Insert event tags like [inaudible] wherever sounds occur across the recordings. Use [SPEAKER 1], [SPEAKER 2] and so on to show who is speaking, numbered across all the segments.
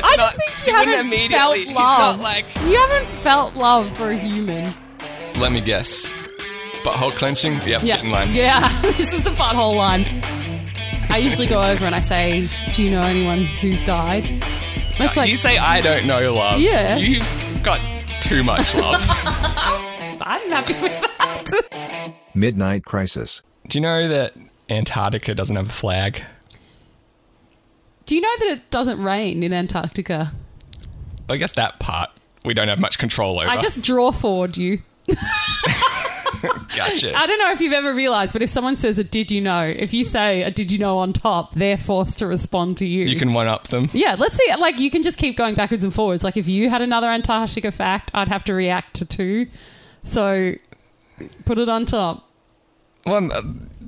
[SPEAKER 1] you haven't felt
[SPEAKER 2] immediately. He's
[SPEAKER 1] love.
[SPEAKER 2] not like-
[SPEAKER 1] you haven't felt love for a human.
[SPEAKER 2] Let me guess. Butthole clenching? Yep,
[SPEAKER 1] Yeah.
[SPEAKER 2] get in line.
[SPEAKER 1] Yeah, [laughs] this is the butthole line. I usually go over and I say, "Do you know anyone who's died?" And It's like
[SPEAKER 2] you say I don't know love.
[SPEAKER 1] Yeah.
[SPEAKER 2] You've got too much
[SPEAKER 1] [laughs]
[SPEAKER 2] love.
[SPEAKER 1] I'm happy with that.
[SPEAKER 3] Midnight Crisis.
[SPEAKER 2] Do you know that Antarctica doesn't have a flag?
[SPEAKER 1] Do you know that it doesn't rain in Antarctica?
[SPEAKER 2] I guess that part we don't have much control over.
[SPEAKER 1] I just draw forward you.
[SPEAKER 2] gotcha.
[SPEAKER 1] I don't know if you've ever realized, but if someone says a "Did you know?" if you say a "Did you know?" on top, they're forced to respond to you.
[SPEAKER 2] you can one up them.
[SPEAKER 1] yeah, let's see. Like you can just keep going backwards and forwards. Like if you had another Antarctica fact, I'd have to react to two. So put it on top.
[SPEAKER 2] Well, uh,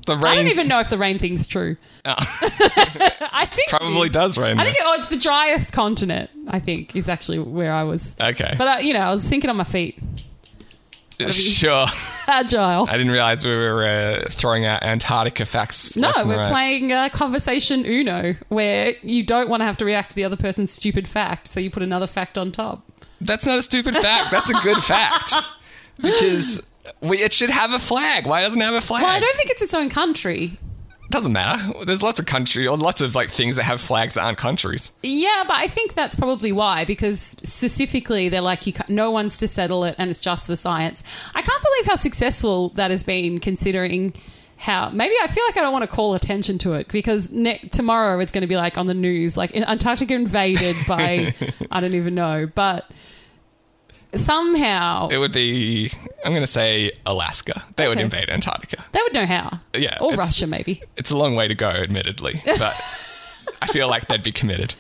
[SPEAKER 2] the rain Oh.
[SPEAKER 1] I don't even know if the rain thing's true.
[SPEAKER 2] [laughs]
[SPEAKER 1] [laughs] I think it
[SPEAKER 2] probably
[SPEAKER 1] is.
[SPEAKER 2] does rain.
[SPEAKER 1] I think
[SPEAKER 2] there.
[SPEAKER 1] it, oh, it's the driest continent. I think is actually where I was.
[SPEAKER 2] okay.
[SPEAKER 1] But uh, you know, I was thinking on my feet. [laughs]
[SPEAKER 2] sure.
[SPEAKER 1] Agile.
[SPEAKER 2] I didn't realize we were uh, throwing out Antarctica facts.
[SPEAKER 1] No,
[SPEAKER 2] left and
[SPEAKER 1] we're
[SPEAKER 2] right.
[SPEAKER 1] playing uh, conversation Uno, where you don't want to have to react to the other person's stupid fact, so you put another fact on top.
[SPEAKER 2] That's not a stupid fact. That's a good fact. Because we, it should have a flag. Why doesn't it have a flag?
[SPEAKER 1] Well, I don't think it's its own country.
[SPEAKER 2] Doesn't matter. There's lots of country or lots of like things that have flags that aren't countries.
[SPEAKER 1] Yeah, but I think that's probably why, because specifically they're like, you can no one's to settle it, and it's just for science. I can't believe how successful that has been, considering how maybe I feel like I don't want to call attention to it because ne- tomorrow it's going to be like on the news, like in Antarctica
[SPEAKER 2] [laughs]
[SPEAKER 1] invaded by I don't even know, but somehow
[SPEAKER 2] It would be I'm going to say Alaska. They would
[SPEAKER 1] Okay.
[SPEAKER 2] invade Antarctica.
[SPEAKER 1] They would know how.
[SPEAKER 2] Yeah,
[SPEAKER 1] Or
[SPEAKER 2] it's-
[SPEAKER 1] Russia, maybe.
[SPEAKER 2] It's a long way to go, admittedly, but I feel like they'd be committed.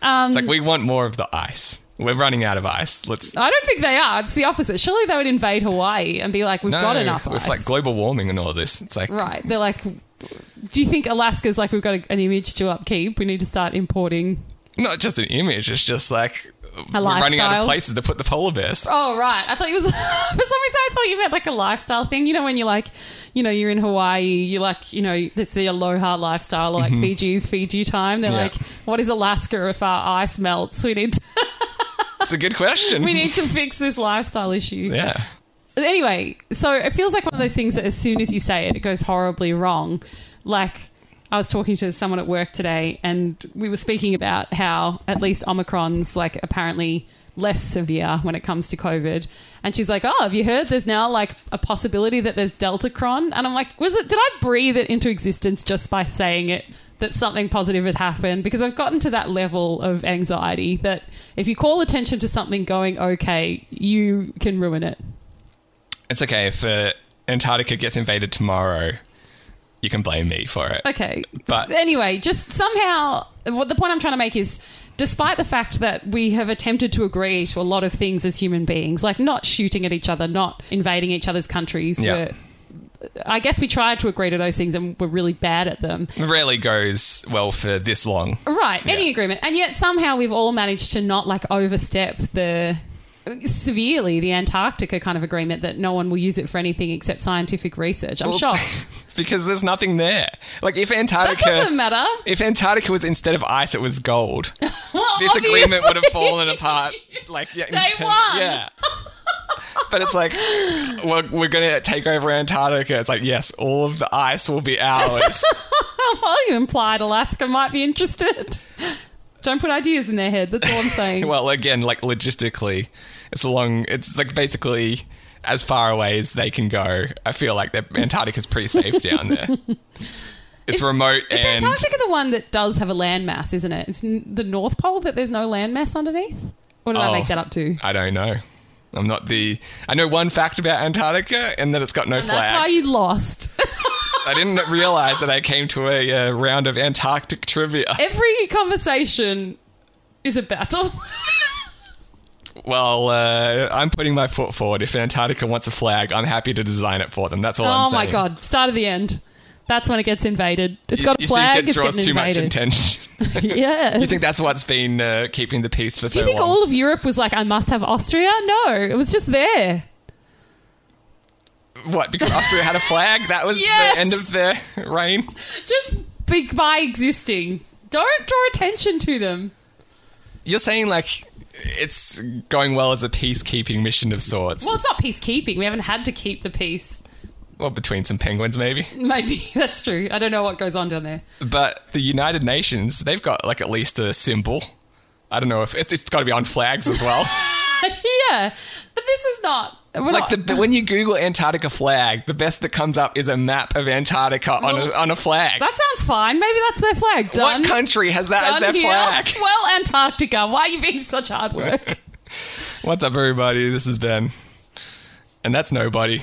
[SPEAKER 1] Um,
[SPEAKER 2] it's like we want more of the ice. We're running out of ice. Let's
[SPEAKER 1] I don't think they are. It's the opposite. Surely they would invade Hawaii and be like, we've
[SPEAKER 2] no,
[SPEAKER 1] got enough
[SPEAKER 2] with
[SPEAKER 1] ice.
[SPEAKER 2] like global warming and all of this. It's like
[SPEAKER 1] right. They're like, do you think Alaska's like, we've got a, an image to upkeep? We need to start importing.
[SPEAKER 2] not just an image. It's just like we're running out
[SPEAKER 1] lifestyle.
[SPEAKER 2] of places to put the polar bears.
[SPEAKER 1] Oh, right. I thought it was, [laughs] for some reason, I thought you meant like a lifestyle thing. You know, when you're like, you know, you're in Hawaii, you're like, you know, it's the aloha lifestyle, or like Fiji's Fiji time. They're
[SPEAKER 2] Yeah.
[SPEAKER 1] like, what is Alaska if our ice melts? We need to,
[SPEAKER 2] It's a good question.
[SPEAKER 1] we need to fix this lifestyle issue.
[SPEAKER 2] yeah.
[SPEAKER 1] anyway, so it feels like one of those things that as soon as you say it, it goes horribly wrong. Like I was talking to someone at work today, and we were speaking about how at least Omicron's like apparently less severe when it comes to COVID. And she's like, "Oh, have you heard? There's now like a possibility that there's Delta Cron." And I'm like, "Was it? Did I breathe it into existence just by saying it?" That something positive had happened because I've gotten to that level of anxiety that if you call attention to something going okay, you can ruin it.
[SPEAKER 2] It's okay if uh, Antarctica gets invaded tomorrow. You can blame me for it.
[SPEAKER 1] Okay.
[SPEAKER 2] But-
[SPEAKER 1] anyway, just somehow, what the point I'm trying to make is, despite the fact that we have attempted to agree to a lot of things as human beings, like not shooting at each other, not invading each other's countries,
[SPEAKER 2] Yeah.
[SPEAKER 1] we're- I guess we tried to agree to those things and we're really bad at them.
[SPEAKER 2] rarely goes well for this long.
[SPEAKER 1] Right, any
[SPEAKER 2] Yeah.
[SPEAKER 1] agreement. And yet somehow we've all managed to not like overstep the severely the Antarctica kind of agreement that no one will use it for anything except scientific research. I'm
[SPEAKER 2] [laughs]
[SPEAKER 1] shocked.
[SPEAKER 2] because there's nothing there. Like if
[SPEAKER 1] That doesn't
[SPEAKER 2] Antarctica,
[SPEAKER 1] matter.
[SPEAKER 2] if Antarctica was instead of ice, it was
[SPEAKER 1] [laughs]
[SPEAKER 2] gold.
[SPEAKER 1] Well,
[SPEAKER 2] This agreement would have
[SPEAKER 1] obviously.
[SPEAKER 2] fallen
[SPEAKER 1] [laughs]
[SPEAKER 2] apart. Like yeah, in
[SPEAKER 1] Day
[SPEAKER 2] terms-
[SPEAKER 1] one.
[SPEAKER 2] Yeah. But it's like we're, we're gonna take over Antarctica. It's like yes, all of the ice will be ours.
[SPEAKER 1] [laughs] Well, you implied Alaska might be interested. Don't put ideas in their head. That's
[SPEAKER 2] [laughs]
[SPEAKER 1] all I'm saying.
[SPEAKER 2] well, again, like logistically, it's a long. It's like basically as far away as they can go. I feel like that Antarctica's pretty
[SPEAKER 1] [laughs]
[SPEAKER 2] safe down there. It's remote
[SPEAKER 1] Is
[SPEAKER 2] and
[SPEAKER 1] Antarctica the one that does have a landmass, isn't it? It's n- the North Pole that there's no landmass underneath? Or did I
[SPEAKER 2] Oh.
[SPEAKER 1] make that up too?
[SPEAKER 2] I don't know. I'm not the. I know one fact about Antarctica, and that it's got no
[SPEAKER 1] And that's
[SPEAKER 2] flag.
[SPEAKER 1] how you lost.
[SPEAKER 2] I didn't realize that I came to a uh, round of Antarctic trivia.
[SPEAKER 1] Every conversation is a battle. [laughs]
[SPEAKER 2] Well, uh, I'm putting my foot forward. If Antarctica wants a flag, I'm happy to design it for them. That's all I'm
[SPEAKER 1] oh
[SPEAKER 2] saying.
[SPEAKER 1] my god, start of the end. That's when it gets invaded. It's
[SPEAKER 2] You-
[SPEAKER 1] got a
[SPEAKER 2] you
[SPEAKER 1] flag.
[SPEAKER 2] Think it draws
[SPEAKER 1] it's
[SPEAKER 2] too
[SPEAKER 1] getting
[SPEAKER 2] much
[SPEAKER 1] [laughs] invaded.
[SPEAKER 2] attention.
[SPEAKER 1] yeah.
[SPEAKER 2] you think that's what's been uh, keeping the peace for
[SPEAKER 1] Do
[SPEAKER 2] so
[SPEAKER 1] you think
[SPEAKER 2] long?
[SPEAKER 1] all of Europe was like, I must have Austria? No, it was just there.
[SPEAKER 2] what? Because Austria had a flag. That was
[SPEAKER 1] Yes!
[SPEAKER 2] the end of their reign.
[SPEAKER 1] just be, by existing. Don't draw attention to them.
[SPEAKER 2] you're saying like it's going well as a peacekeeping mission of sorts.
[SPEAKER 1] Well, it's not peacekeeping. We haven't had to keep the peace. [laughs]
[SPEAKER 2] Well, between some penguins, maybe.
[SPEAKER 1] Maybe that's true. I don't know what goes on down there.
[SPEAKER 2] But the United Nations, they've got like at least a symbol. I don't know if it's, it's got to be on flags as well.
[SPEAKER 1] [laughs] yeah, but this is not. [laughs] We're
[SPEAKER 2] like
[SPEAKER 1] not,
[SPEAKER 2] the, but when you Google Antarctica flag, the best that comes up is a map of Antarctica on a, on a flag.
[SPEAKER 1] that sounds fine. Maybe that's their flag. Done.
[SPEAKER 2] what country has that as
[SPEAKER 1] Done
[SPEAKER 2] their
[SPEAKER 1] here.
[SPEAKER 2] flag?
[SPEAKER 1] [laughs] Well, Antarctica. Why are you being such hard work? [laughs]
[SPEAKER 2] What's up, everybody? This is Ben, and that's
[SPEAKER 1] [laughs]
[SPEAKER 2] nobody.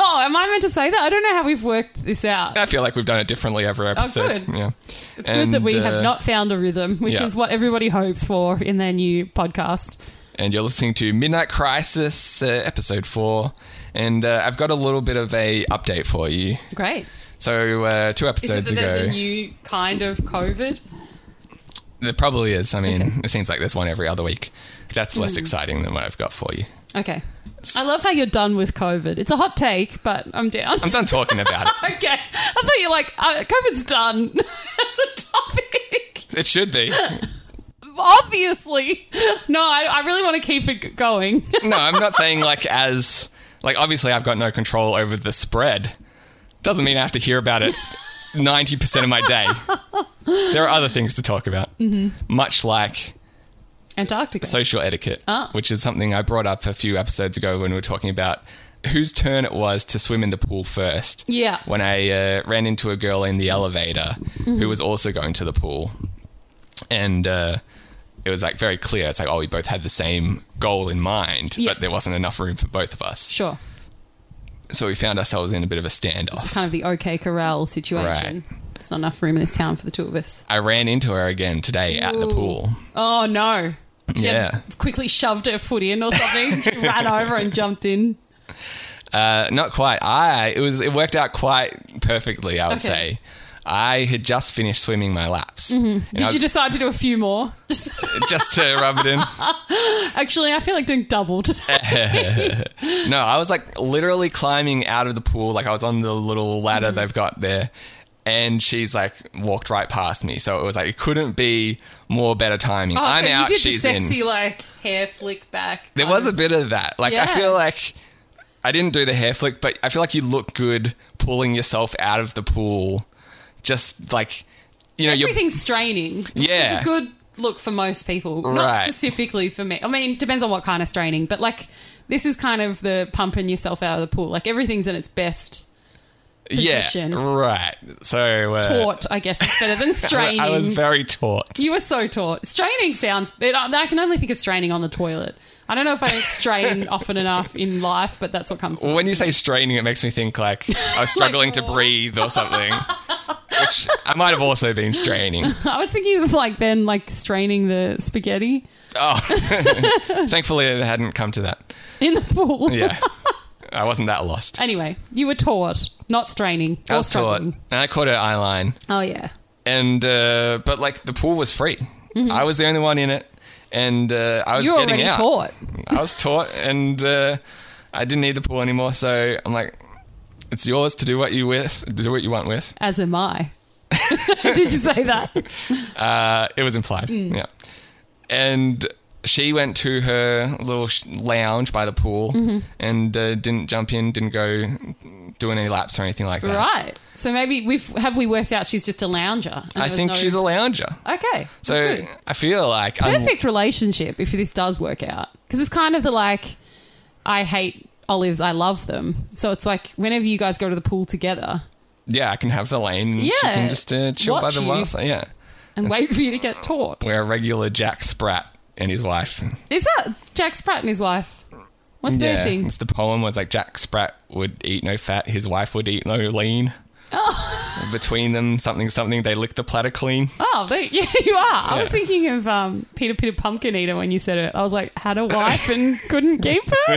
[SPEAKER 1] oh, am I meant to say that? I don't know how we've worked this out.
[SPEAKER 2] I feel like we've done it differently every episode.
[SPEAKER 1] Oh, good.
[SPEAKER 2] Yeah, uh,
[SPEAKER 1] It's good that we have not found a rhythm, which
[SPEAKER 2] yeah.
[SPEAKER 1] is what everybody hopes for in their new podcast.
[SPEAKER 2] and you're listening to Midnight Crisis uh, episode four. And uh, I've got a little bit of a update for you.
[SPEAKER 1] Great.
[SPEAKER 2] So uh, two
[SPEAKER 1] Is it
[SPEAKER 2] episodes
[SPEAKER 1] that there's a
[SPEAKER 2] ago,
[SPEAKER 1] new kind of COVID?
[SPEAKER 2] there probably is. I mean, it seems like there's one every other week. That's less
[SPEAKER 1] Hmm.
[SPEAKER 2] exciting than what I've got for you.
[SPEAKER 1] Okay. I love how you're done with COVID. It's a hot take, but I'm down.
[SPEAKER 2] I'm done talking about it.
[SPEAKER 1] [laughs] okay. I thought you were like, uh, COVID's done [laughs] as a topic. [laughs]
[SPEAKER 2] It should be.
[SPEAKER 1] Obviously. No, I, I really want to keep it g- going. [laughs]
[SPEAKER 2] No, I'm not saying like as like obviously I've got no control over the spread. Doesn't mean I have to hear about it 90% of my day. There are other things to talk about. Mm-hmm. Much like
[SPEAKER 1] Antarctica.
[SPEAKER 2] social etiquette,
[SPEAKER 1] Ah.
[SPEAKER 2] which is something I brought up a few episodes ago when we were talking about whose turn it was to swim in the pool first.
[SPEAKER 1] Yeah.
[SPEAKER 2] When I uh, ran into a girl in the elevator
[SPEAKER 1] Mm-hmm.
[SPEAKER 2] who was also going to the pool. And uh, it was like very clear. It's like, oh, we both had the same goal in mind,
[SPEAKER 1] Yeah.
[SPEAKER 2] but there wasn't enough room for both of us.
[SPEAKER 1] sure.
[SPEAKER 2] So we found ourselves in a bit of a standoff.
[SPEAKER 1] Kind of the OK Corral situation. There's not enough room in this town for the two of us.
[SPEAKER 2] I ran into her again today at the
[SPEAKER 1] Ooh.
[SPEAKER 2] pool.
[SPEAKER 1] Oh, no. She had
[SPEAKER 2] Yeah.
[SPEAKER 1] quickly shoved her foot in or something. She ran over and jumped in.
[SPEAKER 2] Uh, not quite. I it was it worked out quite perfectly. I would
[SPEAKER 1] Okay. Mm-hmm.
[SPEAKER 2] say. I had just finished swimming my laps. And I
[SPEAKER 1] Did
[SPEAKER 2] was-
[SPEAKER 1] you decide to do a few more? [laughs] Just,
[SPEAKER 2] [laughs] just to rub it
[SPEAKER 1] [laughs]
[SPEAKER 2] in?
[SPEAKER 1] actually, I feel like doing double today.
[SPEAKER 2] No, I was like literally climbing out of the pool. Like I was on the little
[SPEAKER 1] Mm-hmm.
[SPEAKER 2] ladder they've got there, and she's like walked right past me. So it was like it couldn't be more better timing.
[SPEAKER 1] Oh,
[SPEAKER 2] I'm
[SPEAKER 1] so
[SPEAKER 2] out.
[SPEAKER 1] You did
[SPEAKER 2] she's
[SPEAKER 1] the sexy,
[SPEAKER 2] in.
[SPEAKER 1] like hair flick back.
[SPEAKER 2] There
[SPEAKER 1] kind
[SPEAKER 2] was a
[SPEAKER 1] of-
[SPEAKER 2] bit of that. Like I
[SPEAKER 1] Yeah.
[SPEAKER 2] feel like I didn't do the hair flick, but I feel like you look good pulling yourself out of the pool. Just like you know, you're
[SPEAKER 1] everything's straining. which
[SPEAKER 2] Yeah.
[SPEAKER 1] is a good look for most people,
[SPEAKER 2] Right.
[SPEAKER 1] not specifically for me. I mean, it depends on what kind of straining, but like this is kind of the pumping yourself out of the pool. Like everything's in its best position.
[SPEAKER 2] Yeah, right. So uh,
[SPEAKER 1] taut, I guess, is better than
[SPEAKER 2] [laughs]
[SPEAKER 1] straining.
[SPEAKER 2] I was very taut.
[SPEAKER 1] you were so taut. Straining sounds. It, I can only think of straining on the toilet. I don't
[SPEAKER 2] [laughs]
[SPEAKER 1] know if I don't strain often enough in life, but that's what comes. to
[SPEAKER 2] Well,
[SPEAKER 1] mind.
[SPEAKER 2] when you say straining, it makes me think
[SPEAKER 1] [laughs]
[SPEAKER 2] like I was struggling to
[SPEAKER 1] what?
[SPEAKER 2] breathe or
[SPEAKER 1] [laughs]
[SPEAKER 2] something, which I might have also been straining.
[SPEAKER 1] I was thinking of like then like straining the spaghetti [laughs]
[SPEAKER 2] Oh, thankfully it hadn't come to that.
[SPEAKER 1] in the pool.
[SPEAKER 2] Yeah, [laughs] I wasn't that lost.
[SPEAKER 1] Anyway, you were taut, not straining.
[SPEAKER 2] I
[SPEAKER 1] or
[SPEAKER 2] was taut,
[SPEAKER 1] struggling.
[SPEAKER 2] and I caught her eye line.
[SPEAKER 1] Oh yeah.
[SPEAKER 2] and uh, but like the pool was free. I was the only one in it, and uh, I was
[SPEAKER 1] You're
[SPEAKER 2] getting
[SPEAKER 1] Mm-hmm. already
[SPEAKER 2] out.
[SPEAKER 1] taut.
[SPEAKER 2] I was taught, and uh, I didn't need the pool anymore. So I'm like, it's yours to do what you with, do what you want with.
[SPEAKER 1] As am I. [laughs] Did you say that?
[SPEAKER 2] Uh, it was implied,
[SPEAKER 1] Hmm.
[SPEAKER 2] yeah. And she went to her little sh- lounge by the pool
[SPEAKER 1] Mm-hmm.
[SPEAKER 2] and uh, didn't jump in, didn't go doing any laps or anything like that.
[SPEAKER 1] [laughs] Right. So maybe we've have we worked out she's just a lounger. and there
[SPEAKER 2] I
[SPEAKER 1] was
[SPEAKER 2] think
[SPEAKER 1] no-
[SPEAKER 2] she's a lounger.
[SPEAKER 1] Okay.
[SPEAKER 2] So um,
[SPEAKER 1] good.
[SPEAKER 2] I feel like I'm-
[SPEAKER 1] perfect relationship if this does work out because it's kind of the like I hate olives, I love them. So it's like whenever you guys go to the pool together
[SPEAKER 2] yeah, I can have the lane. And she
[SPEAKER 1] Yeah.
[SPEAKER 2] can just uh, chill by
[SPEAKER 1] Watch
[SPEAKER 2] the
[SPEAKER 1] you.
[SPEAKER 2] water. Yeah,
[SPEAKER 1] and wait for you to
[SPEAKER 2] [laughs]
[SPEAKER 1] get taught.
[SPEAKER 2] we're a regular Jack Sprat and his wife.
[SPEAKER 1] Is that Jack Sprat and his wife? What's
[SPEAKER 2] yeah,
[SPEAKER 1] their thing?
[SPEAKER 2] it's the poem was like Jack Sprat would eat no fat, his wife would eat no lean. Between them, something, something, they lick the platter clean.
[SPEAKER 1] Oh, they, yeah, you [laughs] are. I was
[SPEAKER 2] Yeah.
[SPEAKER 1] thinking of um, Peter Peter Pumpkin Eater when you said it. I was like, had a wife and couldn't keep
[SPEAKER 2] [laughs]
[SPEAKER 1] her.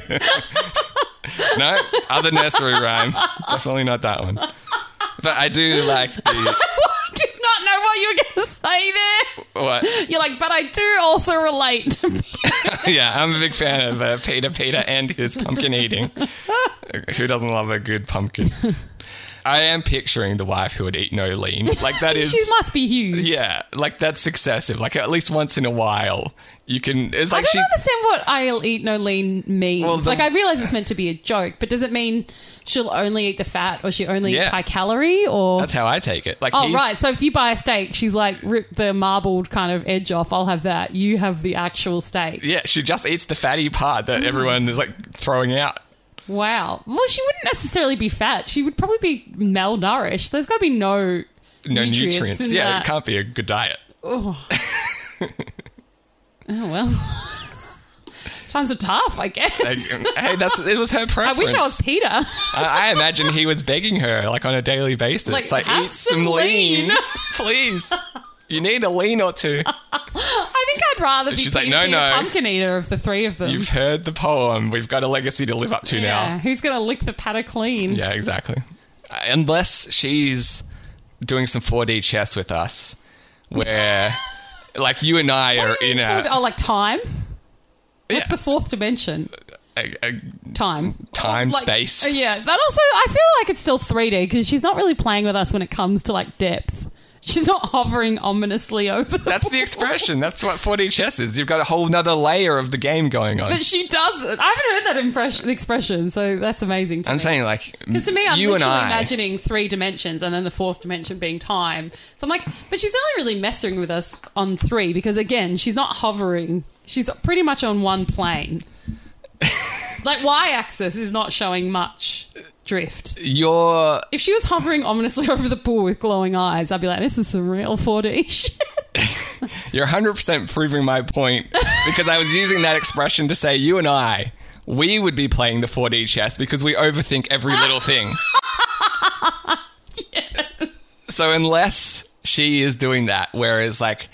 [SPEAKER 2] No, other nursery rhyme. Definitely not that one. But I do like the
[SPEAKER 1] I did not know what you were going to say there.
[SPEAKER 2] what?
[SPEAKER 1] You're like, but I do also relate. to Peter."
[SPEAKER 2] Yeah, I'm a big fan of uh, Peter Peter and his pumpkin eating. Who doesn't love a good pumpkin? I am picturing the wife who would eat no lean. Like that is
[SPEAKER 1] [laughs] she must be huge.
[SPEAKER 2] yeah, like that's excessive. Like at least once in a while, you can. It's
[SPEAKER 1] I
[SPEAKER 2] like
[SPEAKER 1] don't
[SPEAKER 2] she.
[SPEAKER 1] understand what "I'll eat no lean" means.
[SPEAKER 2] Well, the-
[SPEAKER 1] like, I realize it's meant to be a joke, but does it mean she'll only eat the fat, or she only
[SPEAKER 2] Yeah.
[SPEAKER 1] eats high calorie, or
[SPEAKER 2] That's how I take it. Like
[SPEAKER 1] oh
[SPEAKER 2] he's-
[SPEAKER 1] right? So if you buy a steak, she's like, "Rip the marbled kind of edge off. I'll have that. You have the actual steak."
[SPEAKER 2] Yeah, she just eats the fatty part that everyone is like throwing out.
[SPEAKER 1] Wow. Well, she wouldn't necessarily be fat. She would probably be malnourished. There's got to be no
[SPEAKER 2] No nutrients.
[SPEAKER 1] in
[SPEAKER 2] Yeah,
[SPEAKER 1] that.
[SPEAKER 2] it can't be a good diet.
[SPEAKER 1] Oh well. [laughs] Times are tough, I guess. [laughs]
[SPEAKER 2] Like, hey, that's it was her
[SPEAKER 1] I
[SPEAKER 2] preference.
[SPEAKER 1] wish I was [laughs] Peter.
[SPEAKER 2] I, I imagine he was begging her like on a daily basis,
[SPEAKER 1] Like,
[SPEAKER 2] like,
[SPEAKER 1] "Have
[SPEAKER 2] eat some
[SPEAKER 1] some
[SPEAKER 2] lean,
[SPEAKER 1] lean."
[SPEAKER 2] [laughs]
[SPEAKER 1] [laughs]
[SPEAKER 2] please. You need a lean or two.
[SPEAKER 1] I think I'd rather be
[SPEAKER 2] She's like,
[SPEAKER 1] Peter
[SPEAKER 2] "No,
[SPEAKER 1] being the
[SPEAKER 2] no."
[SPEAKER 1] pumpkin eater of the three of them.
[SPEAKER 2] You've heard the poem. We've got a legacy to live up to
[SPEAKER 1] yeah.
[SPEAKER 2] now.
[SPEAKER 1] Who's gonna lick the patter clean?
[SPEAKER 2] Yeah, exactly. Unless she's doing some 4D chess with us, where like you and
[SPEAKER 1] [laughs]
[SPEAKER 2] I are in
[SPEAKER 1] Food-
[SPEAKER 2] a,
[SPEAKER 1] Oh, like time. What's
[SPEAKER 2] Yeah.
[SPEAKER 1] the fourth dimension?
[SPEAKER 2] a, a
[SPEAKER 1] Time.
[SPEAKER 2] time
[SPEAKER 1] Like-
[SPEAKER 2] space.
[SPEAKER 1] Uh, Yeah. That also, I feel like it's still 3D because she's not really playing with us when it comes to like depth. She's not hovering ominously over the. [laughs]
[SPEAKER 2] That's the expression. That's what 4D chess is. You've got a whole nother layer of the game going on.
[SPEAKER 1] But she doesn't. I haven't heard that impression, expression, so that's amazing. To
[SPEAKER 2] I'm
[SPEAKER 1] me.
[SPEAKER 2] saying like
[SPEAKER 1] Because to me, I'm
[SPEAKER 2] you and
[SPEAKER 1] literally
[SPEAKER 2] I.
[SPEAKER 1] imagining three dimensions and then the fourth dimension being time. So I'm like, but she's only really messing with us on three because, again, she's not hovering. She's pretty much on
[SPEAKER 2] [laughs]
[SPEAKER 1] one plane. like, y axis is not showing much drift.
[SPEAKER 2] You're
[SPEAKER 1] If she was hovering ominously [laughs] over the pool with glowing eyes, I'd be like, this is some real 4D [laughs] shit.
[SPEAKER 2] you're 100 percent proving my point because I was using that expression to say you and I we would be playing the 4D chess because we overthink every little thing. So unless she is doing that, whereas like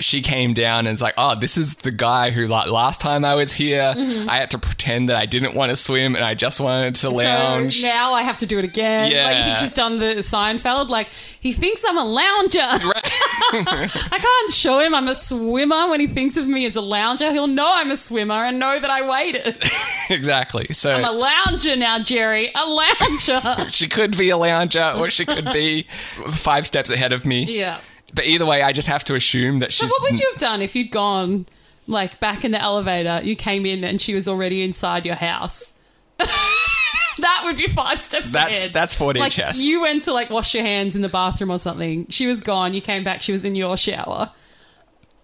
[SPEAKER 2] she came down and is like, oh, this is the guy who like last time I was here, I had to pretend that I didn't want to swim and I just wanted to lounge.
[SPEAKER 1] Mm-hmm. So now I have to do it again. Like, you
[SPEAKER 2] Yeah.
[SPEAKER 1] think she's done the Seinfeld? Like, he thinks I'm a lounger. [laughs] I can't show him I'm a swimmer when he thinks of me as a lounger. He'll know I'm a swimmer and know that I waited.
[SPEAKER 2] [laughs] exactly. So
[SPEAKER 1] I'm a lounger now, Jerry. A lounger. [laughs]
[SPEAKER 2] she could be a lounger or she could be five steps ahead of me.
[SPEAKER 1] yeah.
[SPEAKER 2] But either way, I just have to assume that
[SPEAKER 1] So,
[SPEAKER 2] she's.
[SPEAKER 1] what would you have done if you'd gone, like, back in the elevator? You came in and she was already inside your house. [laughs] that would be five steps
[SPEAKER 2] That's-
[SPEAKER 1] ahead.
[SPEAKER 2] that's 4D
[SPEAKER 1] like,
[SPEAKER 2] chess.
[SPEAKER 1] You went to, like, wash your hands in the bathroom or something. She was gone. You came back. She was in your shower.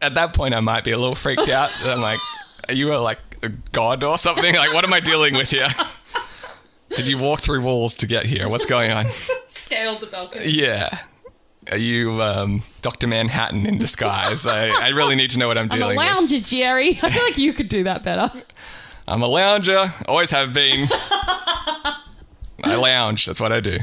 [SPEAKER 2] At that point, I might be a little freaked out. I'm
[SPEAKER 1] [laughs]
[SPEAKER 2] like, are you a, like a god or something? Like, what am I dealing with here? Did you walk through walls to get here? What's going on?
[SPEAKER 1] Scaled the balcony.
[SPEAKER 2] Yeah. Are you um, Dr. Manhattan in disguise? I, I really need to know what I'm
[SPEAKER 1] [laughs] I'm a
[SPEAKER 2] dealing with.
[SPEAKER 1] lounger, Jerry. I feel like you could do that better.
[SPEAKER 2] I'm a lounger. Always have
[SPEAKER 1] [laughs]
[SPEAKER 2] been. I lounge. That's what I do.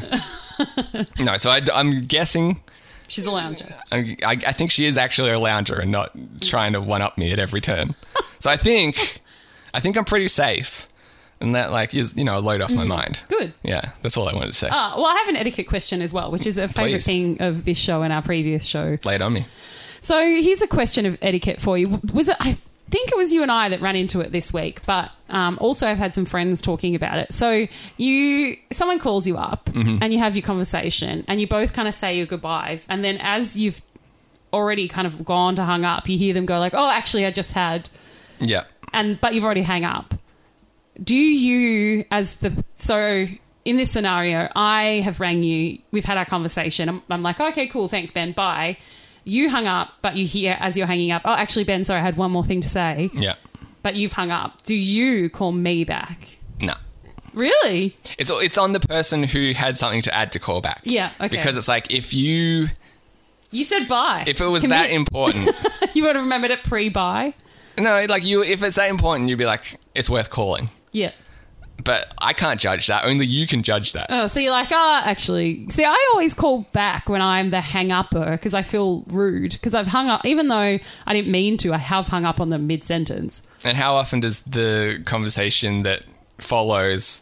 [SPEAKER 2] No, so I, am guessing.
[SPEAKER 1] She's a lounger.
[SPEAKER 2] I, I I think she is actually a lounger and not trying to one up me at every
[SPEAKER 1] [laughs]
[SPEAKER 2] turn. So I think, I think I'm pretty safe, and that like is you know a load off my mind.
[SPEAKER 1] Mm-hmm. Good.
[SPEAKER 2] Yeah, that's all I wanted to say.
[SPEAKER 1] Uh, well, I have an etiquette question as well, which is a favorite
[SPEAKER 2] Please.
[SPEAKER 1] thing of this show and our previous show.
[SPEAKER 2] Lay it on me.
[SPEAKER 1] So here's a question of etiquette for you. Was it? I think it was you and I that ran into it this week, but um, also I've had some friends talking about it. So you, someone calls you up and you have your conversation, and you both kind of say your goodbyes, and then as you've already kind of gone to hung up, you hear them go like, "Oh, actually, I just had."
[SPEAKER 2] Yeah.
[SPEAKER 1] and but you've already hang up. Do you as the so in this scenario, I have rang you. We've had our conversation. I'm, I'm like, okay, cool, thanks, Ben. Bye. You hung up, but you hear as you're hanging up. Oh, actually, Ben, sorry, I had one more thing to say.
[SPEAKER 2] Yeah.
[SPEAKER 1] But you've hung up. Do you call me back?
[SPEAKER 2] No.
[SPEAKER 1] Really?
[SPEAKER 2] It's it's on the person who had something to add to call back.
[SPEAKER 1] Yeah, okay.
[SPEAKER 2] Because it's like if you
[SPEAKER 1] You said bye.
[SPEAKER 2] if it was
[SPEAKER 1] Commit-
[SPEAKER 2] that important,
[SPEAKER 1] [laughs] you would have remembered it pre-bye.
[SPEAKER 2] no, like you if it's that important, you'd be like it's worth calling.
[SPEAKER 1] Yeah.
[SPEAKER 2] But I can't judge that. Only you can judge that.
[SPEAKER 1] Oh, so you're like, ah, actually. See, I always call back when I'm the hang upper because I feel rude because I've hung up, even though I didn't mean to, I have hung up on them mid sentence.
[SPEAKER 2] And how often does the conversation that follows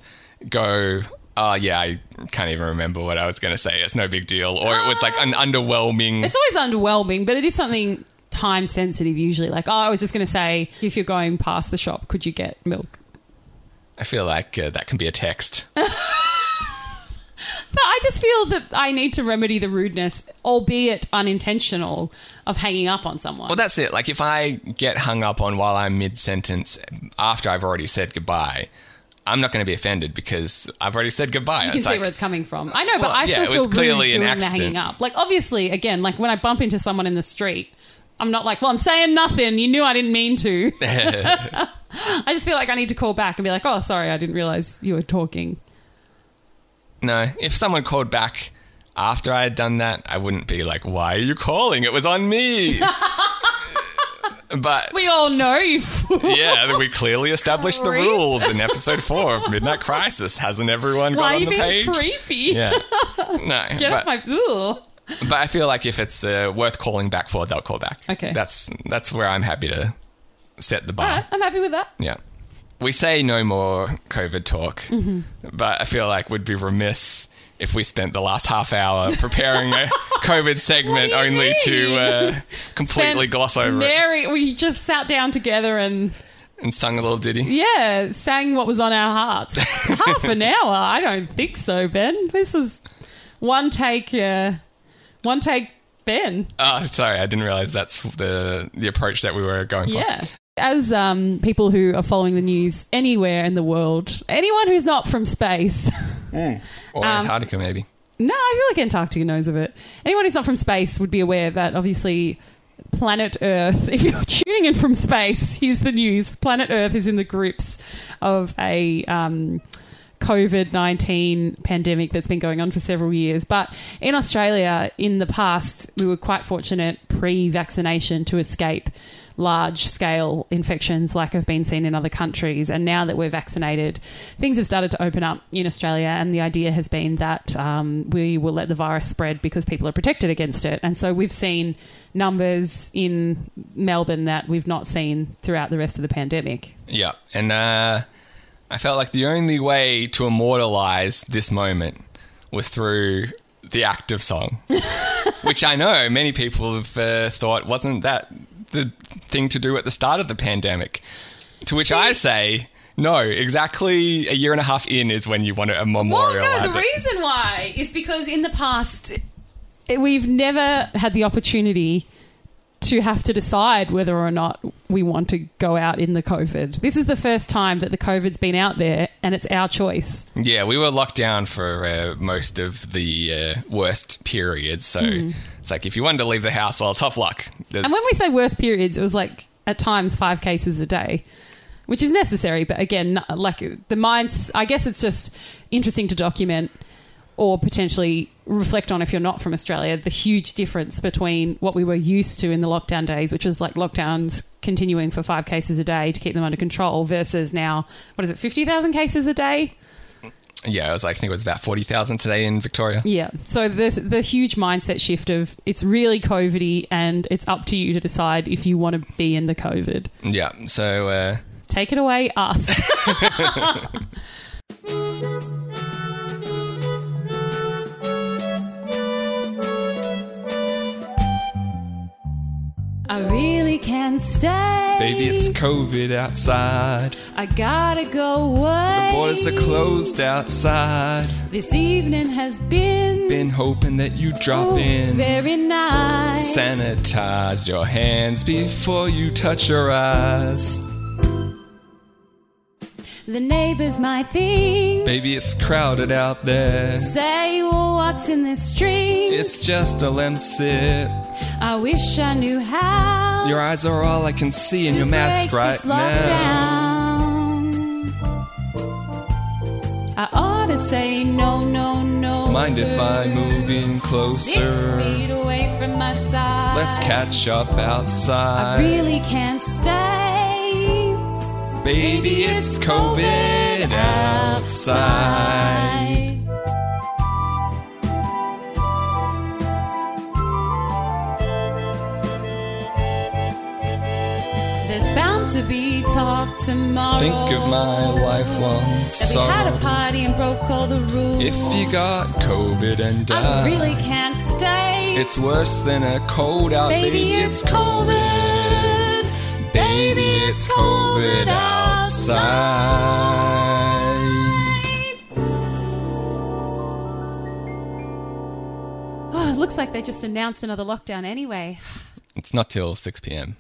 [SPEAKER 2] go, oh, yeah, I can't even remember what I was going to say. It's no big deal. Or it was like an underwhelming.
[SPEAKER 1] Ah. It's always underwhelming, but it is something time sensitive usually. Like, oh, I was just going to say, if you're going past the shop, could you get milk?
[SPEAKER 2] I feel like uh, that can be a text.
[SPEAKER 1] But I just feel that I need to remedy the rudeness, albeit unintentional, of hanging up on someone.
[SPEAKER 2] Well, that's it. Like, if I get hung up on while I'm mid sentence after I've already said goodbye, I'm not going to be offended because I've already said goodbye.
[SPEAKER 1] you can
[SPEAKER 2] It's
[SPEAKER 1] see
[SPEAKER 2] like-
[SPEAKER 1] where it's coming from. I know, but
[SPEAKER 2] Well,
[SPEAKER 1] I
[SPEAKER 2] yeah,
[SPEAKER 1] still
[SPEAKER 2] it was
[SPEAKER 1] feel
[SPEAKER 2] clearly
[SPEAKER 1] rude
[SPEAKER 2] an
[SPEAKER 1] doing the
[SPEAKER 2] accident.
[SPEAKER 1] hanging up. Like, obviously, again, like when I bump into someone in the street, I'm not like, well, I'm saying nothing. You knew I didn't mean
[SPEAKER 2] [laughs]
[SPEAKER 1] to. I just feel like I need to call back and be like, oh, sorry, I didn't realize you were talking.
[SPEAKER 2] No, if someone called back after I had done that, I wouldn't be like, "Why are you calling? It was on
[SPEAKER 1] [laughs]
[SPEAKER 2] me." but
[SPEAKER 1] We all know you [laughs] fool.
[SPEAKER 2] yeah, we clearly established the
[SPEAKER 1] Creep.
[SPEAKER 2] rules in episode four of Midnight Crisis. Hasn't everyone
[SPEAKER 1] Why
[SPEAKER 2] got
[SPEAKER 1] are you
[SPEAKER 2] on the
[SPEAKER 1] being
[SPEAKER 2] page?
[SPEAKER 1] creepy? [laughs]
[SPEAKER 2] Yeah, no,
[SPEAKER 1] Get
[SPEAKER 2] but,
[SPEAKER 1] off my. Ugh.
[SPEAKER 2] but I feel like if it's uh, worth calling back for, they'll call back.
[SPEAKER 1] Okay.
[SPEAKER 2] that's that's where I'm happy to set the bar.
[SPEAKER 1] All right, I'm happy with that.
[SPEAKER 2] Yeah. We say no more COVID talk,
[SPEAKER 1] Mm-hmm.
[SPEAKER 2] but I feel like we'd be remiss if we spent the last half hour preparing
[SPEAKER 1] [laughs]
[SPEAKER 2] a COVID segment
[SPEAKER 1] What do you
[SPEAKER 2] only to
[SPEAKER 1] mean?
[SPEAKER 2] uh, completely
[SPEAKER 1] Spent
[SPEAKER 2] gloss over it
[SPEAKER 1] Mary, we just sat down together and
[SPEAKER 2] and sung a little ditty.
[SPEAKER 1] yeah, sang what was on our hearts. Half an hour? I don't think so, Ben. This is one take. Uh, one take, Ben.
[SPEAKER 2] Oh, [laughs] sorry, I didn't realize that's the the approach that we were going for.
[SPEAKER 1] Yeah. As um, people who are following the news anywhere in the world, anyone who's not from space, [laughs]
[SPEAKER 2] Or
[SPEAKER 1] um,
[SPEAKER 2] Antarctica, maybe.
[SPEAKER 1] no, I feel like Antarctica knows of it. Anyone who's not from space would be aware that obviously planet Earth, [laughs] if you're tuning in from space, here's the news planet Earth is in the grips of a. Um, COVID 19 pandemic that's been going on for several years. But in Australia, in the past, we were quite fortunate pre vaccination to escape large scale infections like have been seen in other countries. And now that we're vaccinated, things have started to open up in Australia. And the idea has been that um, we will let the virus spread because people are protected against it. And so we've seen numbers in Melbourne that we've not seen throughout the rest of the pandemic.
[SPEAKER 2] Yeah. And uh, I felt like the only way to immortalize this moment was through the active
[SPEAKER 1] [laughs]
[SPEAKER 2] song, which I know many people have uh, thought wasn't that the thing to do at the start of the pandemic. To which I say, no, exactly a year and a half in is when you want to
[SPEAKER 1] Well,
[SPEAKER 2] memorialize
[SPEAKER 1] no, the
[SPEAKER 2] it.
[SPEAKER 1] reason why is because in the past, it- we've never had the opportunity to have to decide whether or not we want to go out in the COVID. This is the first time that the COVID's been out there and it's our choice.
[SPEAKER 2] Yeah, we were locked down for uh, most of the uh, worst periods. So it's like if you wanted to leave the house, well, tough luck.
[SPEAKER 1] Hmm. And when we say worst periods, it was like at times five cases a day, which is necessary. But again, n- like the minds, I guess it's just interesting to document or potentially reflect on if you're not from Australia the huge difference between what we were used to in the lockdown days, which was like lockdowns continuing for five cases a day to keep them under control, versus now, what is it, 50,000 cases a day?
[SPEAKER 2] yeah, it was like I think it was about forty thousand today in Victoria.
[SPEAKER 1] Yeah. So the the huge mindset shift of it's really COVIDy and it's up to you to decide if you want to be in the COVID.
[SPEAKER 2] Yeah, so uh,
[SPEAKER 1] Take it away,
[SPEAKER 2] [laughs]
[SPEAKER 1] us. I really can't stay.
[SPEAKER 2] baby, it's COVID outside.
[SPEAKER 1] I gotta go away.
[SPEAKER 2] The borders are closed outside.
[SPEAKER 1] This evening has been,
[SPEAKER 2] Been hoping that you drop
[SPEAKER 1] oh,
[SPEAKER 2] in.
[SPEAKER 1] very nice.
[SPEAKER 2] Sanitize your hands before you touch your eyes.
[SPEAKER 1] the neighbors might think.
[SPEAKER 2] Baby, it's crowded out there.
[SPEAKER 1] Say well, what's in this drink?
[SPEAKER 2] It's just a lemon sip.
[SPEAKER 1] I wish I knew how.
[SPEAKER 2] Your eyes are all I can see in
[SPEAKER 1] to
[SPEAKER 2] your mask
[SPEAKER 1] break
[SPEAKER 2] right
[SPEAKER 1] this
[SPEAKER 2] now.
[SPEAKER 1] lockdown. I ought to say no, no, no.
[SPEAKER 2] Mind if I
[SPEAKER 1] first.
[SPEAKER 2] move in
[SPEAKER 1] Six
[SPEAKER 2] closer?
[SPEAKER 1] feet away from my side.
[SPEAKER 2] Let's catch up
[SPEAKER 1] I
[SPEAKER 2] outside.
[SPEAKER 1] really can't stay.
[SPEAKER 2] Baby, it's COVID outside.
[SPEAKER 1] There's bound to be talk tomorrow.
[SPEAKER 2] Think of my lifelong
[SPEAKER 1] That we had a
[SPEAKER 2] sorrow.
[SPEAKER 1] party and broke all the rules.
[SPEAKER 2] If you got COVID and
[SPEAKER 1] I
[SPEAKER 2] died,
[SPEAKER 1] really can't stay.
[SPEAKER 2] it's worse than a cold out.
[SPEAKER 1] Baby, it's COVID.
[SPEAKER 2] Baby, it's COVID outside.
[SPEAKER 1] Oh, looks like they just announced another lockdown anyway.
[SPEAKER 2] It's not till 6 p.m.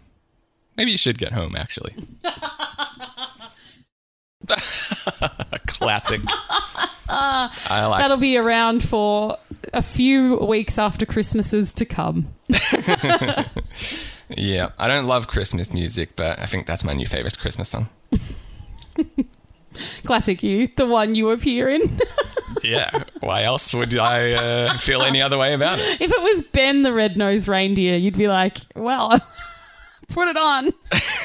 [SPEAKER 2] Maybe you should get home, actually. [laughs] Classic. I like
[SPEAKER 1] That'll be around for a few weeks after Christmases to come.
[SPEAKER 2] Yeah, I don't love Christmas music, but I think that's my new favorite Christmas song.
[SPEAKER 1] Classic you, the one you appear in. [laughs]
[SPEAKER 2] Yeah, [laughs] why else would I uh, feel any other way about it?
[SPEAKER 1] if it was Ben the Red-Nosed Reindeer, you'd be like, well, [laughs] put it on.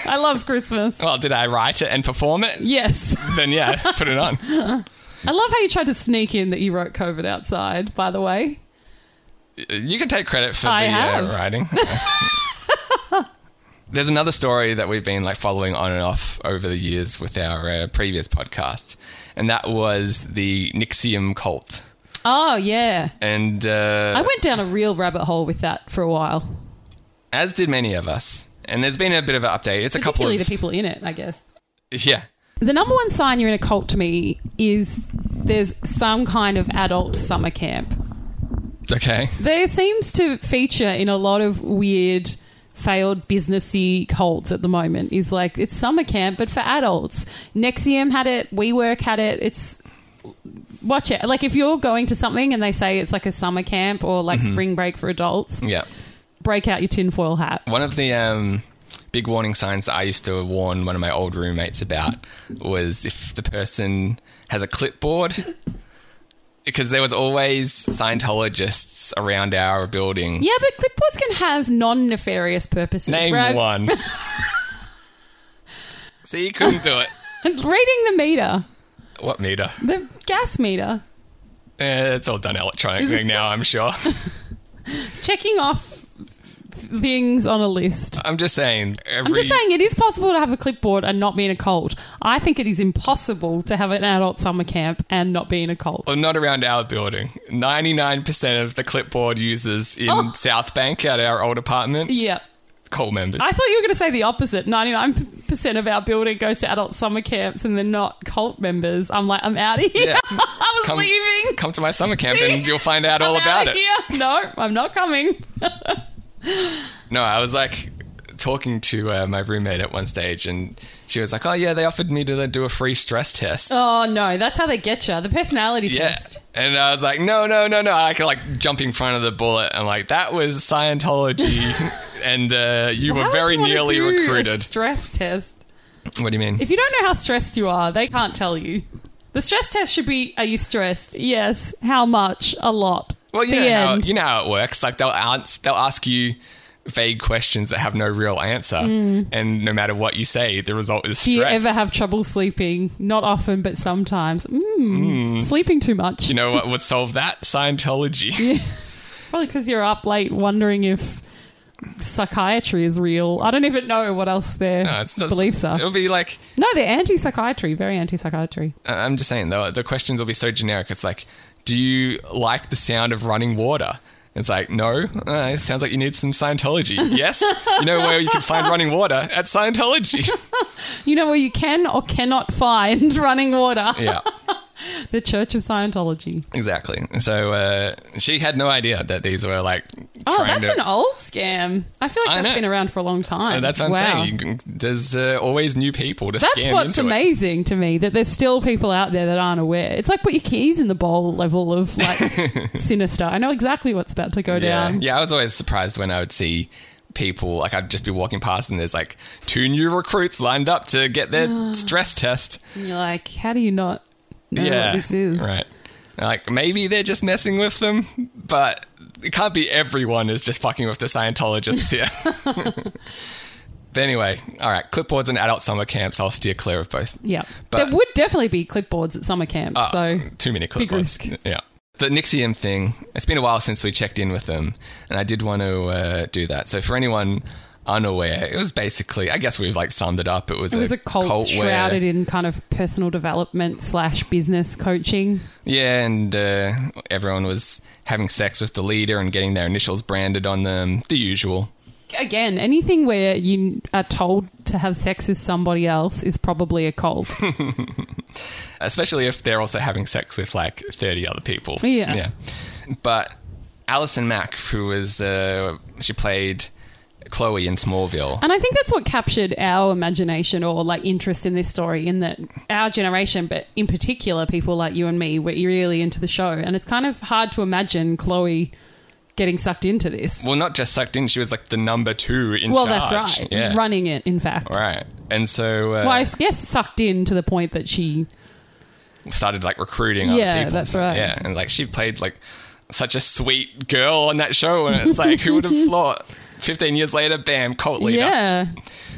[SPEAKER 1] I love Christmas.
[SPEAKER 2] Well, did I write it and perform it?
[SPEAKER 1] Yes.
[SPEAKER 2] Then yeah, put it on.
[SPEAKER 1] I love how you tried to sneak in that you wrote COVID outside, by the way.
[SPEAKER 2] You can take credit for
[SPEAKER 1] I
[SPEAKER 2] the
[SPEAKER 1] have.
[SPEAKER 2] Uh,
[SPEAKER 1] [laughs]
[SPEAKER 2] writing. There's another story that we've been like following on and off over the years with our uh, previous podcast, and that was the Nixium cult.
[SPEAKER 1] Oh, yeah.
[SPEAKER 2] And uh,
[SPEAKER 1] I went down a real rabbit hole with that for a while,
[SPEAKER 2] as did many of us. And there's been a bit of an update. It's a couple
[SPEAKER 1] particularly
[SPEAKER 2] of
[SPEAKER 1] the people in it, I guess.
[SPEAKER 2] yeah.
[SPEAKER 1] The number one sign you're in a cult to me is there's some kind of adult summer camp.
[SPEAKER 2] Okay.
[SPEAKER 1] There seems to feature in a lot of weird failed businessy cults at the moment is like it's summer camp but for adults. Nexium had it, WeWork had it. It's watch it. Like if you're going to something and they say it's like a summer camp or like
[SPEAKER 2] Mm-hmm.
[SPEAKER 1] spring break for adults,
[SPEAKER 2] Yeah.
[SPEAKER 1] break out your tinfoil hat.
[SPEAKER 2] One of the um, big warning signs that I used to warn one of my old roommates about was if the person has a clipboard, because there was always Scientologists around our building.
[SPEAKER 1] Yeah, but clipboards can have non nefarious purposes.
[SPEAKER 2] Name
[SPEAKER 1] where I've-
[SPEAKER 2] one. See, you couldn't do it.
[SPEAKER 1] [laughs] Reading the meter,
[SPEAKER 2] What meter?
[SPEAKER 1] the gas meter,
[SPEAKER 2] Eh, it's all done electronically now, I'm sure.
[SPEAKER 1] checking off things on a list.
[SPEAKER 2] I'm just saying. Every,
[SPEAKER 1] I'm just saying it is possible to have a clipboard and not be in a cult. I think it is impossible to have an adult summer camp and not be in a cult.
[SPEAKER 2] Well, not around our building. 99% of the clipboard users in
[SPEAKER 1] Oh.
[SPEAKER 2] South Bank at our old apartment,
[SPEAKER 1] Yeah.
[SPEAKER 2] cult members.
[SPEAKER 1] I thought you were going to say the opposite. 99% of our building goes to adult summer camps and they're not cult members. I'm like, I'm out of here.
[SPEAKER 2] Yeah.
[SPEAKER 1] [laughs]
[SPEAKER 2] Mm,
[SPEAKER 1] I was
[SPEAKER 2] Come-
[SPEAKER 1] leaving.
[SPEAKER 2] come to my summer camp and you'll find out all
[SPEAKER 1] I'm
[SPEAKER 2] about
[SPEAKER 1] outta
[SPEAKER 2] it.
[SPEAKER 1] Here. No, I'm not coming.
[SPEAKER 2] No, I was like talking to uh, my roommate at one stage and she was like, "Oh yeah, they offered me to like, do a free stress test."
[SPEAKER 1] Oh, no. That's how they get you. The personality
[SPEAKER 2] yeah.
[SPEAKER 1] test.
[SPEAKER 2] And I was like, "No, no, no, no." I could like jump in front of the bullet. I'm like, "That was
[SPEAKER 1] [laughs]
[SPEAKER 2] Scientology." and uh, you
[SPEAKER 1] How
[SPEAKER 2] were
[SPEAKER 1] would
[SPEAKER 2] very
[SPEAKER 1] you wanna
[SPEAKER 2] nearly
[SPEAKER 1] do a
[SPEAKER 2] recruited.
[SPEAKER 1] stress test.
[SPEAKER 2] what do you mean?
[SPEAKER 1] If you don't know how stressed you are, they can't tell you. The stress test should be Are you stressed? Yes. How much? A lot.
[SPEAKER 2] well, you
[SPEAKER 1] the
[SPEAKER 2] know, how,
[SPEAKER 1] end.
[SPEAKER 2] you know how it works. Like they'll ans- they'll ask you vague questions that have no real answer, and no matter what you say, the result is stress.
[SPEAKER 1] Mm. Do you ever have trouble sleeping? Not often, but sometimes. Mm, Sleeping too much.
[SPEAKER 2] Hmm. you know what would solve that?
[SPEAKER 1] [laughs]
[SPEAKER 2] Scientology.
[SPEAKER 1] Probably because you're up late wondering if psychiatry is real. I don't even know what else their
[SPEAKER 2] No, it's not,
[SPEAKER 1] beliefs are.
[SPEAKER 2] It'll be like
[SPEAKER 1] No, they're anti psychiatry, very anti psychiatry.
[SPEAKER 2] I- I'm just saying though. The questions will be so generic. It's like, do you like the sound of running water? It's like, no. Uh, it sounds like you need some
[SPEAKER 1] [laughs]
[SPEAKER 2] Scientology. yes. You know where you can find running water at
[SPEAKER 1] [laughs]
[SPEAKER 2] Scientology.
[SPEAKER 1] You know where you can or cannot find [laughs] running water?
[SPEAKER 2] yeah,
[SPEAKER 1] The Church of Scientology.
[SPEAKER 2] exactly. So uh, she had no idea that these were like.
[SPEAKER 1] Oh,
[SPEAKER 2] trying
[SPEAKER 1] that's
[SPEAKER 2] to-
[SPEAKER 1] an old scam. I feel like
[SPEAKER 2] I
[SPEAKER 1] that's
[SPEAKER 2] know.
[SPEAKER 1] been around for a long time.
[SPEAKER 2] Uh, That's what I'm
[SPEAKER 1] Wow.
[SPEAKER 2] saying. You can, there's uh, always new people to
[SPEAKER 1] That's
[SPEAKER 2] scam
[SPEAKER 1] what's
[SPEAKER 2] into it.
[SPEAKER 1] amazing to me that there's still people out there that aren't aware. It's like put your keys in the bowl level
[SPEAKER 2] [laughs]
[SPEAKER 1] of like sinister. I know exactly what's about to go
[SPEAKER 2] Yeah.
[SPEAKER 1] down.
[SPEAKER 2] Yeah, I was always surprised when I would see people like I'd just be walking past and there's like two new recruits lined up to get their
[SPEAKER 1] [gasps]
[SPEAKER 2] stress test.
[SPEAKER 1] And you're like, how do you not know
[SPEAKER 2] yeah.
[SPEAKER 1] what this is?
[SPEAKER 2] Right. And, Like maybe they're just messing with them, but it can't be everyone is just fucking with the Scientologists
[SPEAKER 1] [laughs]
[SPEAKER 2] here. [laughs] but anyway, all right, clipboards and adult summer camps, I'll steer clear of both.
[SPEAKER 1] Yeah.
[SPEAKER 2] But-
[SPEAKER 1] there would definitely be clipboards at summer camps.
[SPEAKER 2] Uh,
[SPEAKER 1] so
[SPEAKER 2] too many clipboards.
[SPEAKER 1] big risk.
[SPEAKER 2] Yeah. The Nixium thing, it's been a while since we checked in with them, and I did want to uh, do that. So, for anyone unaware, it was basically, I guess we've like summed it up. It was,
[SPEAKER 1] it was a cult, shrouded in kind of personal development slash business coaching.
[SPEAKER 2] Yeah, and uh, everyone was having sex with the leader and getting their initials branded on them, the usual.
[SPEAKER 1] Again, anything where you are told to have sex with somebody else is probably a cult.
[SPEAKER 2] especially if they're also having sex with like 30 other people.
[SPEAKER 1] Yeah.
[SPEAKER 2] But Alison Mack, who was uh, she played Chloe in Smallville.
[SPEAKER 1] And I think that's what captured our imagination or like interest in this story, in that our generation, but in particular, people like you and me, were really into the show. And it's kind of hard to imagine Chloe getting sucked into this.
[SPEAKER 2] Well, not just sucked in; she was like the number two in
[SPEAKER 1] Well,
[SPEAKER 2] charge.
[SPEAKER 1] that's right.
[SPEAKER 2] Yeah.
[SPEAKER 1] Running it, in fact.
[SPEAKER 2] Right. And so uh,
[SPEAKER 1] Well, I guess sucked in to the point that she.
[SPEAKER 2] started like recruiting other
[SPEAKER 1] Yeah,
[SPEAKER 2] people. and
[SPEAKER 1] that's
[SPEAKER 2] stuff.
[SPEAKER 1] right.
[SPEAKER 2] Yeah, and like she played like such a sweet girl on that show, and it's like who would
[SPEAKER 1] [laughs]
[SPEAKER 2] have thought? Fifteen years later, bam, cult leader.
[SPEAKER 1] Yeah.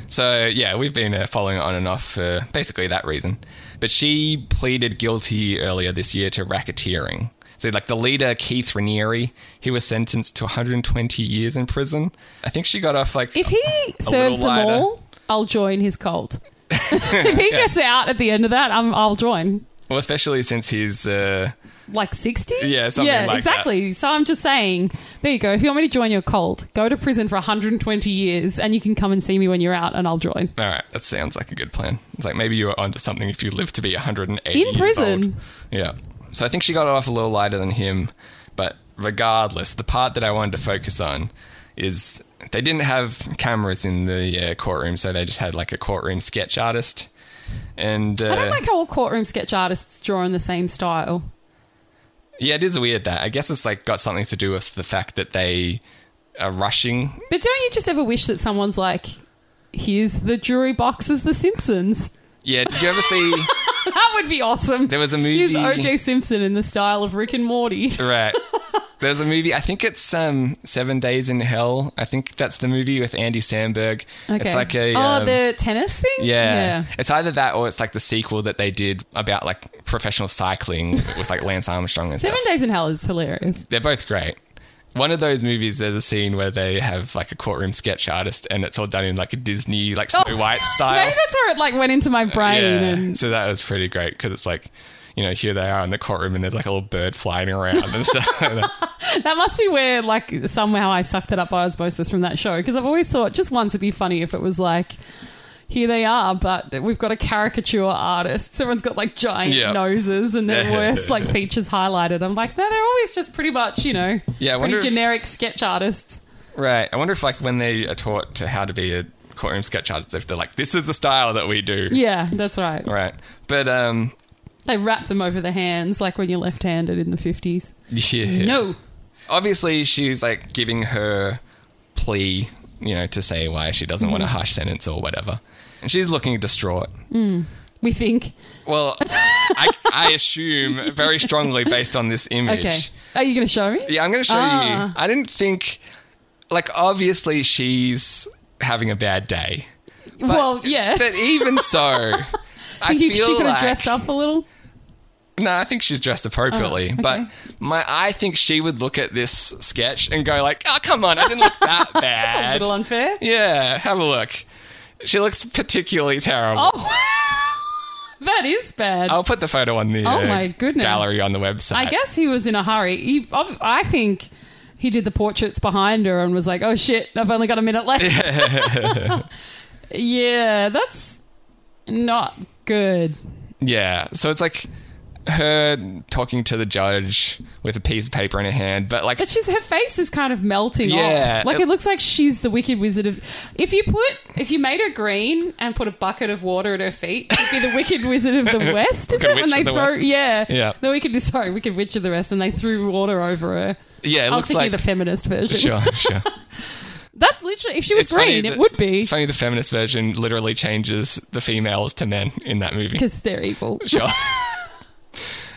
[SPEAKER 2] So yeah, we've been uh, following it on and off for basically that reason. But she pleaded guilty earlier this year to racketeering. So like the leader Keith Raniere, he was sentenced to 120 years in prison. I think she got off like
[SPEAKER 1] If he serves them
[SPEAKER 2] lighter.
[SPEAKER 1] all, I'll join
[SPEAKER 2] [laughs]
[SPEAKER 1] his cult. if he gets out at the end of that, i I'll join.
[SPEAKER 2] well, especially since he's uh,
[SPEAKER 1] Like 60?
[SPEAKER 2] Yeah, something
[SPEAKER 1] yeah,
[SPEAKER 2] like that.
[SPEAKER 1] exactly. So I'm just saying, there you go. If you want me to join your cult, go to prison for 120 years and you can come and see me when you're out and I'll join.
[SPEAKER 2] all right. That sounds like a good plan. It's like maybe you were onto something if you live to be 180
[SPEAKER 1] In
[SPEAKER 2] years
[SPEAKER 1] prison.
[SPEAKER 2] old. Yeah. So I think she got off a little lighter than him, but regardless, the part that I wanted to focus on is they didn't have cameras in the uh, courtroom, so they just had like a courtroom sketch artist. And uh,
[SPEAKER 1] I don't like how all courtroom sketch artists draw in the same style.
[SPEAKER 2] yeah, it is weird that I guess it's like got something to do with the fact that they are rushing.
[SPEAKER 1] But don't you just ever wish that someone's like, here's the jury box as The Simpsons? [laughs]
[SPEAKER 2] Yeah, did you ever see?
[SPEAKER 1] That would be awesome.
[SPEAKER 2] There was a
[SPEAKER 1] Here's
[SPEAKER 2] movie-
[SPEAKER 1] OJ Simpson in the style of Rick
[SPEAKER 2] [laughs]
[SPEAKER 1] and Morty.
[SPEAKER 2] Right. There's a movie. I think it's um, Seven Days in Hell. I think that's the movie with Andy Samberg. It's like a
[SPEAKER 1] oh
[SPEAKER 2] um,
[SPEAKER 1] the tennis thing.
[SPEAKER 2] yeah. It's either that or it's like the sequel that they did about like professional cycling with like Lance Armstrong and
[SPEAKER 1] Seven
[SPEAKER 2] stuff.
[SPEAKER 1] Days in Hell is hilarious.
[SPEAKER 2] They're both great. One of those movies, there's a scene where they have like a courtroom sketch artist, and it's all done in like a Disney like Snow
[SPEAKER 1] Oh.
[SPEAKER 2] White style.
[SPEAKER 1] [laughs] Maybe that's where it like went into my brain. And
[SPEAKER 2] So that was pretty great because it's like. You know, here they are in the courtroom, and there's like a little bird flying around and stuff. like that.
[SPEAKER 1] that must be where like somehow I sucked it up by osmosis from that show because I've always thought just once it'd be funny if it was like. Here they are, but we've got a caricature artist. Everyone's got like giant
[SPEAKER 2] Yeah.
[SPEAKER 1] noses and
[SPEAKER 2] [laughs]
[SPEAKER 1] their
[SPEAKER 2] Yeah.
[SPEAKER 1] worst like features highlighted. I'm like, no, they're always just pretty much, you know,
[SPEAKER 2] Yeah, I wonder
[SPEAKER 1] pretty
[SPEAKER 2] if-
[SPEAKER 1] generic sketch artists.
[SPEAKER 2] Right. I wonder if, like, when they are taught to how to be a courtroom sketch artist, if they're like, this is the style that we do.
[SPEAKER 1] Yeah, that's right.
[SPEAKER 2] Right. But, um,
[SPEAKER 1] They wrap them over the hands like when you're left-handed in the 50s.
[SPEAKER 2] yeah.
[SPEAKER 1] No.
[SPEAKER 2] Obviously, she's like giving her plea, you know, to say why she doesn't want a
[SPEAKER 1] Mm-hmm.
[SPEAKER 2] harsh sentence or whatever. And she's looking distraught.
[SPEAKER 1] We think.
[SPEAKER 2] Well, I, I assume very strongly based on this image.
[SPEAKER 1] Okay. Are you going to show me?
[SPEAKER 2] Yeah, I'm going to show
[SPEAKER 1] Ah.
[SPEAKER 2] you. I didn't think, like, obviously she's having a bad day. But-
[SPEAKER 1] well, yeah.
[SPEAKER 2] But even
[SPEAKER 1] [laughs]
[SPEAKER 2] so, [laughs] I
[SPEAKER 1] Think you-
[SPEAKER 2] feel
[SPEAKER 1] she could have
[SPEAKER 2] like,
[SPEAKER 1] dressed up a little.
[SPEAKER 2] No, I think she's dressed appropriately.
[SPEAKER 1] Oh, okay.
[SPEAKER 2] But my, I think she would look at this sketch and go like, "Oh, come on, I didn't look that bad."
[SPEAKER 1] [laughs] That's a little unfair.
[SPEAKER 2] yeah, have a look. She looks particularly terrible.
[SPEAKER 1] Oh, [laughs] that is bad.
[SPEAKER 2] I'll put the photo on the
[SPEAKER 1] Oh
[SPEAKER 2] uh,
[SPEAKER 1] my goodness.
[SPEAKER 2] gallery on the website.
[SPEAKER 1] I guess he was in a hurry. He, I I think he did the portraits behind her and was like, "Oh shit, I've only got a minute left." [laughs] yeah, that's not good.
[SPEAKER 2] Yeah. So it's like her talking to the judge with a piece of paper in her hand, but like
[SPEAKER 1] But she's her face is kind of melting
[SPEAKER 2] Yeah.
[SPEAKER 1] off. Like it looks like she's the wicked wizard of if you put if you made her green and put a bucket of water at her feet, she'd be the wicked wizard of
[SPEAKER 2] [laughs]
[SPEAKER 1] the West, is
[SPEAKER 2] Wicked
[SPEAKER 1] it? When
[SPEAKER 2] witch
[SPEAKER 1] they
[SPEAKER 2] of the
[SPEAKER 1] throw
[SPEAKER 2] West.
[SPEAKER 1] yeah.
[SPEAKER 2] Yeah.
[SPEAKER 1] The wicked [laughs] sorry, wicked witch of the West and they threw water over her.
[SPEAKER 2] yeah, it
[SPEAKER 1] I was
[SPEAKER 2] looks
[SPEAKER 1] thinking
[SPEAKER 2] like
[SPEAKER 1] the feminist version.
[SPEAKER 2] [laughs] sure, sure.
[SPEAKER 1] That's literally if she was
[SPEAKER 2] It's funny
[SPEAKER 1] green,
[SPEAKER 2] that-
[SPEAKER 1] it would be
[SPEAKER 2] It's funny the feminist version literally changes the females to men in that movie.
[SPEAKER 1] because
[SPEAKER 2] [laughs]
[SPEAKER 1] they're evil.
[SPEAKER 2] Sure.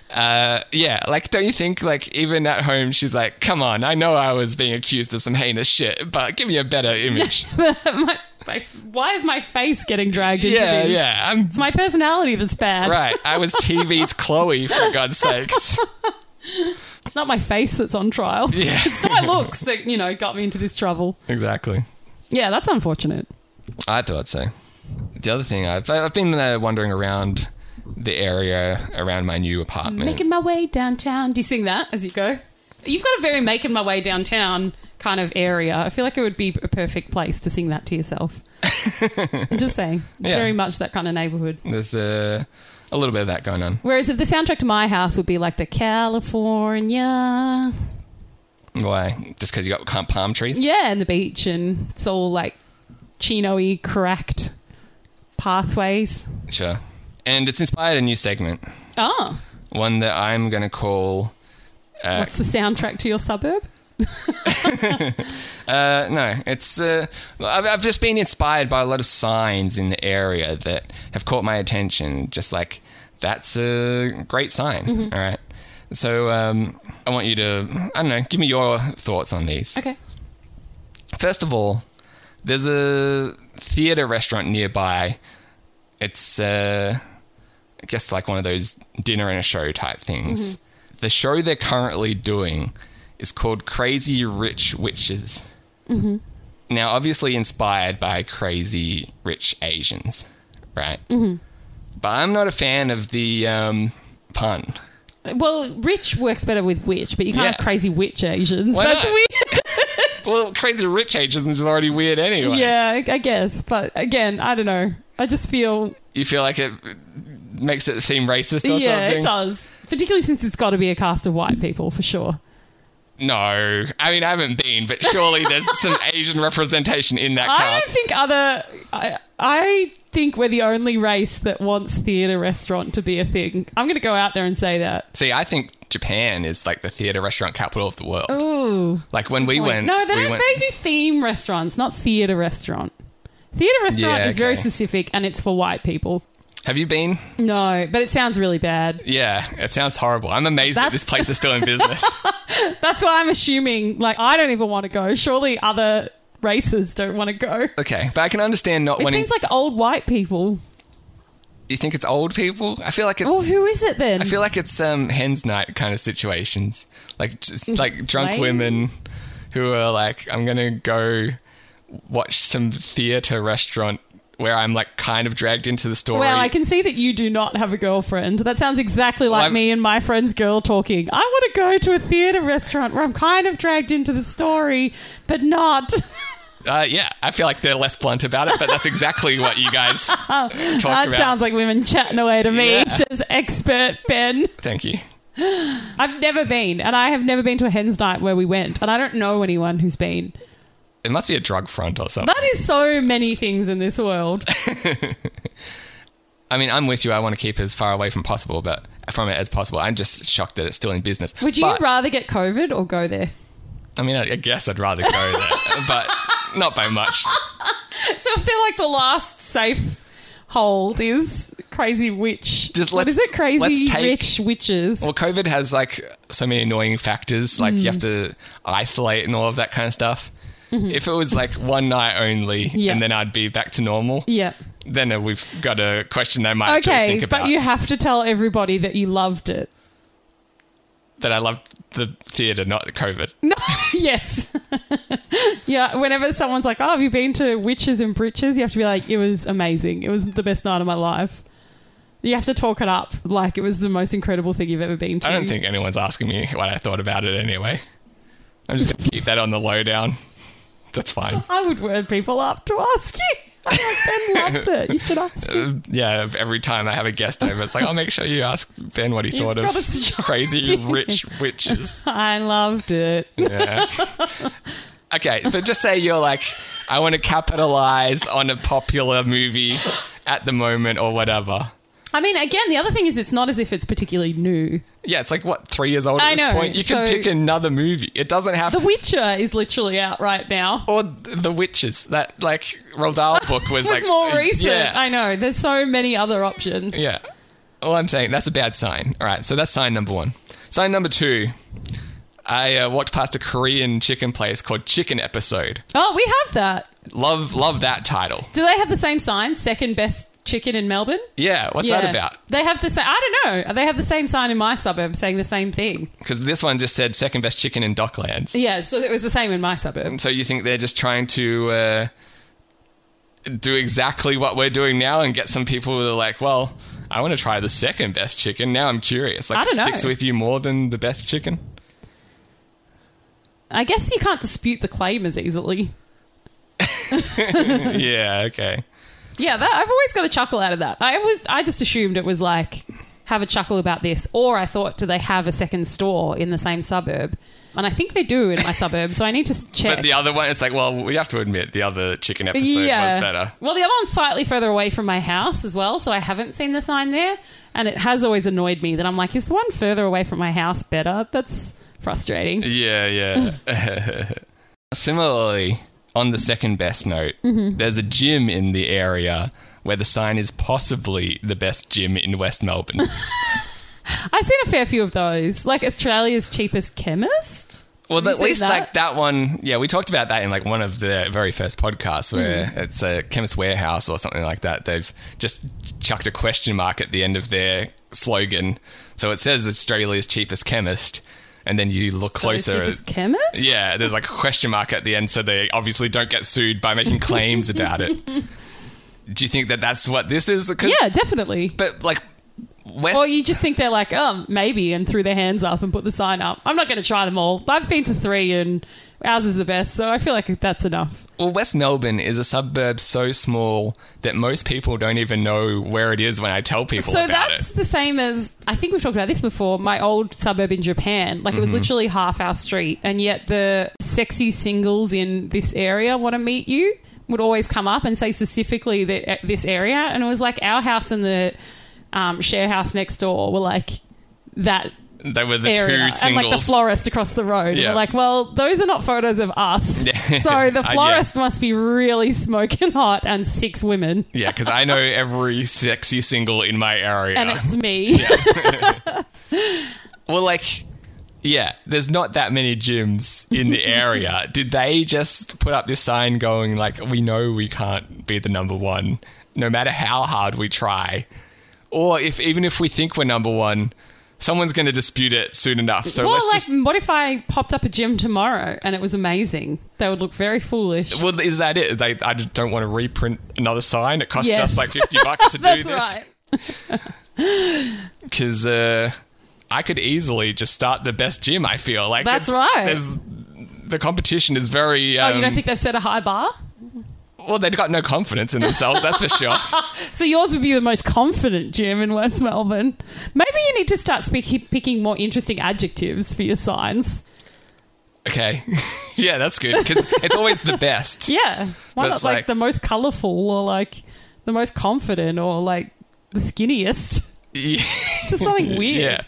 [SPEAKER 2] Uh, yeah, like, don't you think, like, even at home, she's like, come on, I know I was being accused of some heinous shit, but give me a
[SPEAKER 1] [laughs]
[SPEAKER 2] better image.
[SPEAKER 1] my, my, why is my face getting dragged into
[SPEAKER 2] yeah,
[SPEAKER 1] this?
[SPEAKER 2] yeah, I'm
[SPEAKER 1] It's my personality that's bad.
[SPEAKER 2] [laughs] right. I was
[SPEAKER 1] [laughs]
[SPEAKER 2] TV's Chloe, for God's sakes.
[SPEAKER 1] It's not my face that's on trial.
[SPEAKER 2] Yeah,
[SPEAKER 1] It's my looks that, you know, got me into this trouble.
[SPEAKER 2] exactly.
[SPEAKER 1] Yeah, that's unfortunate.
[SPEAKER 2] I thought so. The other thing, I've, I've been uh, wandering around the area around my new apartment.
[SPEAKER 1] Making my way downtown. Do you sing that as you go? You've got a very making my way downtown kind of area. I feel like it would be a perfect place to sing that
[SPEAKER 2] [laughs]
[SPEAKER 1] to yourself. I'm just saying. It's
[SPEAKER 2] Yeah.
[SPEAKER 1] very much that kind of neighborhood.
[SPEAKER 2] There's uh, a little bit of that going on.
[SPEAKER 1] Whereas if the soundtrack to my house would be like the California
[SPEAKER 2] Why? Just because you got kind of palm trees?
[SPEAKER 1] Yeah, and the beach, and it's all like chino-y, cracked pathways.
[SPEAKER 2] Sure. And it's inspired a new segment,
[SPEAKER 1] Oh,
[SPEAKER 2] one that I'm going to call. Uh,
[SPEAKER 1] what's the soundtrack to your suburb?
[SPEAKER 2] uh, no, it's. Uh, I've, I've just been inspired by a lot of signs in the area that have caught my attention. Just like, that's a great sign. All right. So um, I want you to, I don't know, give me your thoughts on these.
[SPEAKER 1] Okay.
[SPEAKER 2] First of all, there's a theater restaurant nearby. It's, uh, I guess, like one of those dinner and a show type things.
[SPEAKER 1] Mm-hmm.
[SPEAKER 2] The show they're currently doing is called Crazy Rich Witches. Mm-hmm. Now, obviously inspired by Crazy Rich Asians, right? Mm-hmm. But I'm not a fan of the um, pun.
[SPEAKER 1] Well, rich works better with witch, but you can't
[SPEAKER 2] Yeah.
[SPEAKER 1] have crazy witch Asians.
[SPEAKER 2] Why
[SPEAKER 1] That's
[SPEAKER 2] not?
[SPEAKER 1] weird.
[SPEAKER 2] Well, Crazy Rich Asians is already weird anyway.
[SPEAKER 1] [laughs] Yeah, I- I guess. But again, I don't know. I just feel
[SPEAKER 2] You feel like it makes it seem racist or
[SPEAKER 1] yeah,
[SPEAKER 2] something?
[SPEAKER 1] it does. Particularly since it's got to be a cast of white people for sure.
[SPEAKER 2] No, I mean I haven't been, but surely there's
[SPEAKER 1] [laughs]
[SPEAKER 2] some Asian representation in that
[SPEAKER 1] I don't
[SPEAKER 2] cast.
[SPEAKER 1] think other. I, I think we're the only race that wants theatre restaurant to be a thing. I'm going to go out there and say that.
[SPEAKER 2] See, I think Japan is like the theater restaurant capital of the world.
[SPEAKER 1] Ooh,
[SPEAKER 2] like when we went,
[SPEAKER 1] Oh, no, they
[SPEAKER 2] we
[SPEAKER 1] don't,
[SPEAKER 2] went,
[SPEAKER 1] they do theme restaurants, not theatre restaurant. Theatre restaurant
[SPEAKER 2] Yeah,
[SPEAKER 1] is very
[SPEAKER 2] okay.
[SPEAKER 1] specific, and it's for white people.
[SPEAKER 2] Have you been?
[SPEAKER 1] No, but it sounds really bad.
[SPEAKER 2] Yeah, it sounds horrible. I'm amazed that this
[SPEAKER 1] That's-
[SPEAKER 2] place is still in
[SPEAKER 1] [laughs]
[SPEAKER 2] business.
[SPEAKER 1] That's why I'm assuming. Like, I don't even want to go. Surely other races don't want to go.
[SPEAKER 2] okay, but I can understand not
[SPEAKER 1] It
[SPEAKER 2] wanting.
[SPEAKER 1] seems like old white people.
[SPEAKER 2] you think it's old people? I feel like it's.
[SPEAKER 1] Well, who is it then?
[SPEAKER 2] I feel like it's um hens night kind of situations, like just
[SPEAKER 1] [laughs]
[SPEAKER 2] like drunk
[SPEAKER 1] Lame.
[SPEAKER 2] women who are like, I'm gonna go watch some theater restaurant where I'm like kind of dragged into the story.
[SPEAKER 1] well, I can see that you do not have a girlfriend. That sounds exactly like
[SPEAKER 2] I'm-
[SPEAKER 1] me and my friend's girl talking. I want to go to a theatre restaurant where I'm kind of dragged into the story, but not. [laughs]
[SPEAKER 2] Uh, yeah, I feel like they're less blunt about it, but that's exactly what you
[SPEAKER 1] [laughs]
[SPEAKER 2] guys talk
[SPEAKER 1] that
[SPEAKER 2] about.
[SPEAKER 1] sounds like women chatting away to me,
[SPEAKER 2] Yeah.
[SPEAKER 1] says expert Ben.
[SPEAKER 2] Thank you.
[SPEAKER 1] I've never been, and I have never been to a hen's night where we went, and I don't know anyone who's been.
[SPEAKER 2] It must be a drug front or something.
[SPEAKER 1] That is so many things in this world.
[SPEAKER 2] I mean, I'm with you. I want to keep it as far away from possible, but from it as possible. I'm just shocked that it's still in business.
[SPEAKER 1] Would you
[SPEAKER 2] But-
[SPEAKER 1] rather get COVID or go there?
[SPEAKER 2] I mean, I I guess I'd rather go there, [laughs] but not by much.
[SPEAKER 1] So if they're like the last safe hold is crazy witch.
[SPEAKER 2] Just
[SPEAKER 1] what
[SPEAKER 2] let's-
[SPEAKER 1] is it? Crazy
[SPEAKER 2] let's take-
[SPEAKER 1] rich witches.
[SPEAKER 2] Well, COVID has like so many annoying factors. Like you
[SPEAKER 1] Mm.
[SPEAKER 2] have to isolate and all of that kind of stuff. If it was like one night only,
[SPEAKER 1] Mm-hmm. Yeah.
[SPEAKER 2] and then I'd be back to normal,
[SPEAKER 1] yeah.
[SPEAKER 2] then uh, we've got a question I might actually
[SPEAKER 1] Okay,
[SPEAKER 2] think about.
[SPEAKER 1] but you have to tell everybody that you loved it. [laughs]
[SPEAKER 2] that I loved the theater, not the COVID.
[SPEAKER 1] No, yes. [laughs] yeah, whenever someone's like, "Oh, have you been to Witches and Britches?" you have to be like, "It was amazing. It was the best night of my life." You have to talk it up like it was the most incredible thing you've ever been to.
[SPEAKER 2] I don't think anyone's asking me what I thought about it anyway. I'm just going to keep that on the lowdown. That's fine.
[SPEAKER 1] I would word people up to ask you. I'm
[SPEAKER 2] [laughs]
[SPEAKER 1] like, ben loves it. You should ask him.
[SPEAKER 2] Uh, yeah, every time I have a guest over, it's like, I'll make sure you ask Ben
[SPEAKER 1] [laughs]
[SPEAKER 2] what he
[SPEAKER 1] He's
[SPEAKER 2] thought of
[SPEAKER 1] got a strong [laughs]
[SPEAKER 2] crazy rich witches.
[SPEAKER 1] I loved it.
[SPEAKER 2] Yeah. [laughs] okay, but just say you're like, I want to capitalize on a popular movie at the moment or whatever.
[SPEAKER 1] I mean, again, the other thing is it's not as if it's particularly new.
[SPEAKER 2] Yeah, it's like, what, three years old at
[SPEAKER 1] I
[SPEAKER 2] this
[SPEAKER 1] know,
[SPEAKER 2] point? You can
[SPEAKER 1] so-
[SPEAKER 2] pick another movie. It doesn't have
[SPEAKER 1] The Witcher is literally out right now.
[SPEAKER 2] or The Witches. That like Roald
[SPEAKER 1] [laughs]
[SPEAKER 2] Dahl book was
[SPEAKER 1] It's
[SPEAKER 2] like uh,
[SPEAKER 1] more recent.
[SPEAKER 2] Yeah,
[SPEAKER 1] I know. There's so many other options.
[SPEAKER 2] yeah. All I'm saying that's a bad sign. All right, so that's sign number one. Sign number two. I uh, walked past a Korean chicken place called Chicken Episode.
[SPEAKER 1] Oh, we have that.
[SPEAKER 2] Love, love that title.
[SPEAKER 1] Do they have the same sign? Second best chicken in Melbourne?
[SPEAKER 2] Yeah, what's that about?
[SPEAKER 1] They have the same. I don't know. They have the same sign in my suburb saying the same thing.
[SPEAKER 2] Because this one just said second best chicken in Docklands.
[SPEAKER 1] Yeah, so it was the same in my suburb.
[SPEAKER 2] So you think they're just trying to uh, do exactly what we're doing now and get some people that are like, well, I want to try the second best chicken. Now I'm curious. Like,
[SPEAKER 1] I don't
[SPEAKER 2] it
[SPEAKER 1] know.
[SPEAKER 2] sticks with you more than the best chicken.
[SPEAKER 1] [laughs] I guess you can't dispute the claim as easily.
[SPEAKER 2] yeah. Okay.
[SPEAKER 1] Yeah, that, I've always got a chuckle out of that. I was I just assumed it was like, have a chuckle about this. Or I thought, do they have a second store in the same suburb? And I think they do in my suburb, so I need to s-
[SPEAKER 2] [laughs]
[SPEAKER 1] check.
[SPEAKER 2] But the other one, it's like, well, we have to admit the other chicken episode was better.
[SPEAKER 1] Well, the other one's slightly further away from my house as well, so I haven't seen the sign there. And it has always annoyed me that I'm like, is the one further away from my house better? That's frustrating.
[SPEAKER 2] Yeah, yeah. [laughs] Similarly, on the second best note,
[SPEAKER 1] Mm-hmm.
[SPEAKER 2] there's a gym in the area where the sign is possibly the best gym in West Melbourne.
[SPEAKER 1] I've seen a fair few of those, like Australia's cheapest chemist.
[SPEAKER 2] Well,
[SPEAKER 1] you
[SPEAKER 2] at
[SPEAKER 1] seen
[SPEAKER 2] least
[SPEAKER 1] that?
[SPEAKER 2] like that one, yeah, we talked about that in like one of the very first podcasts where
[SPEAKER 1] Hmm.
[SPEAKER 2] it's a chemist warehouse or something like that. They've just chucked a question mark at the end of their slogan, so it says Australia's cheapest chemest, and then you look closer.
[SPEAKER 1] Cheapest chemist?
[SPEAKER 2] yeah, there's like a question mark at the end, so they obviously don't get sued by making claims about
[SPEAKER 1] [laughs]
[SPEAKER 2] it. Do you think that that's what this is? 'Cause-
[SPEAKER 1] Yeah, definitely.
[SPEAKER 2] but like West.
[SPEAKER 1] Or you just think they're like, um, maybe, and threw their hands up and put the sign up. I'm not going to try them all. I've been to three, and ours is the best, so I feel like that's enough.
[SPEAKER 2] Well, West Melbourne is a suburb so small that most people don't even know where it is when I tell people
[SPEAKER 1] So
[SPEAKER 2] about
[SPEAKER 1] that's
[SPEAKER 2] it.
[SPEAKER 1] the same as I think we've talked about this before. My old suburb in Japan, like it
[SPEAKER 2] Mm-hmm.
[SPEAKER 1] was literally half our street, and yet the sexy singles in this area want to meet you would always come up and say specifically that this area, and it was like our house and the um, share house next door were like that
[SPEAKER 2] They were the
[SPEAKER 1] area
[SPEAKER 2] two
[SPEAKER 1] and
[SPEAKER 2] singles.
[SPEAKER 1] like the florist across the road.
[SPEAKER 2] Yeah.
[SPEAKER 1] We're like, well, those are not photos of
[SPEAKER 2] [laughs]
[SPEAKER 1] us.
[SPEAKER 2] Yeah.
[SPEAKER 1] So the
[SPEAKER 2] Uh, yeah.
[SPEAKER 1] florist must be really smoking hot and six women.
[SPEAKER 2] yeah, because I know every sexy single in my area.
[SPEAKER 1] And it's me.
[SPEAKER 2] well, like, yeah, there's not that many gyms in the
[SPEAKER 1] [laughs]
[SPEAKER 2] area. Did they just put up this sign going, like, we know we can't be the number one, no matter how hard we try? Or if even if we think we're number one, someone's going to dispute it soon enough. So
[SPEAKER 1] well,
[SPEAKER 2] let's
[SPEAKER 1] like,
[SPEAKER 2] just
[SPEAKER 1] what if I popped up a gym tomorrow and it was amazing? They would look very foolish.
[SPEAKER 2] Well, is that it? They, I just don't want to reprint another sign. It cost
[SPEAKER 1] Yes.
[SPEAKER 2] us like fifty
[SPEAKER 1] [laughs]
[SPEAKER 2] bucks to do
[SPEAKER 1] That's
[SPEAKER 2] this
[SPEAKER 1] right.
[SPEAKER 2] because uh, I could easily just start the best gym. I feel like
[SPEAKER 1] That's
[SPEAKER 2] it's-
[SPEAKER 1] right.
[SPEAKER 2] there's- The competition is very.
[SPEAKER 1] Oh,
[SPEAKER 2] Um,
[SPEAKER 1] you don't think they've set a high bar?
[SPEAKER 2] well, they've got no confidence in themselves. that's for
[SPEAKER 1] [laughs]
[SPEAKER 2] sure.
[SPEAKER 1] So yours would be the most confident gym in West Melbourne. Maybe you need to start speak- picking more interesting adjectives for your signs.
[SPEAKER 2] Okay, [laughs] yeah, that's good because it's always the best.
[SPEAKER 1] [laughs] Yeah. Why
[SPEAKER 2] That's
[SPEAKER 1] not like,
[SPEAKER 2] like-
[SPEAKER 1] the most colourful or like the most confident or like the skinniest? [laughs]
[SPEAKER 2] Yeah.
[SPEAKER 1] Just something weird.
[SPEAKER 2] [laughs]
[SPEAKER 1] [laughs]
[SPEAKER 2] Yeah,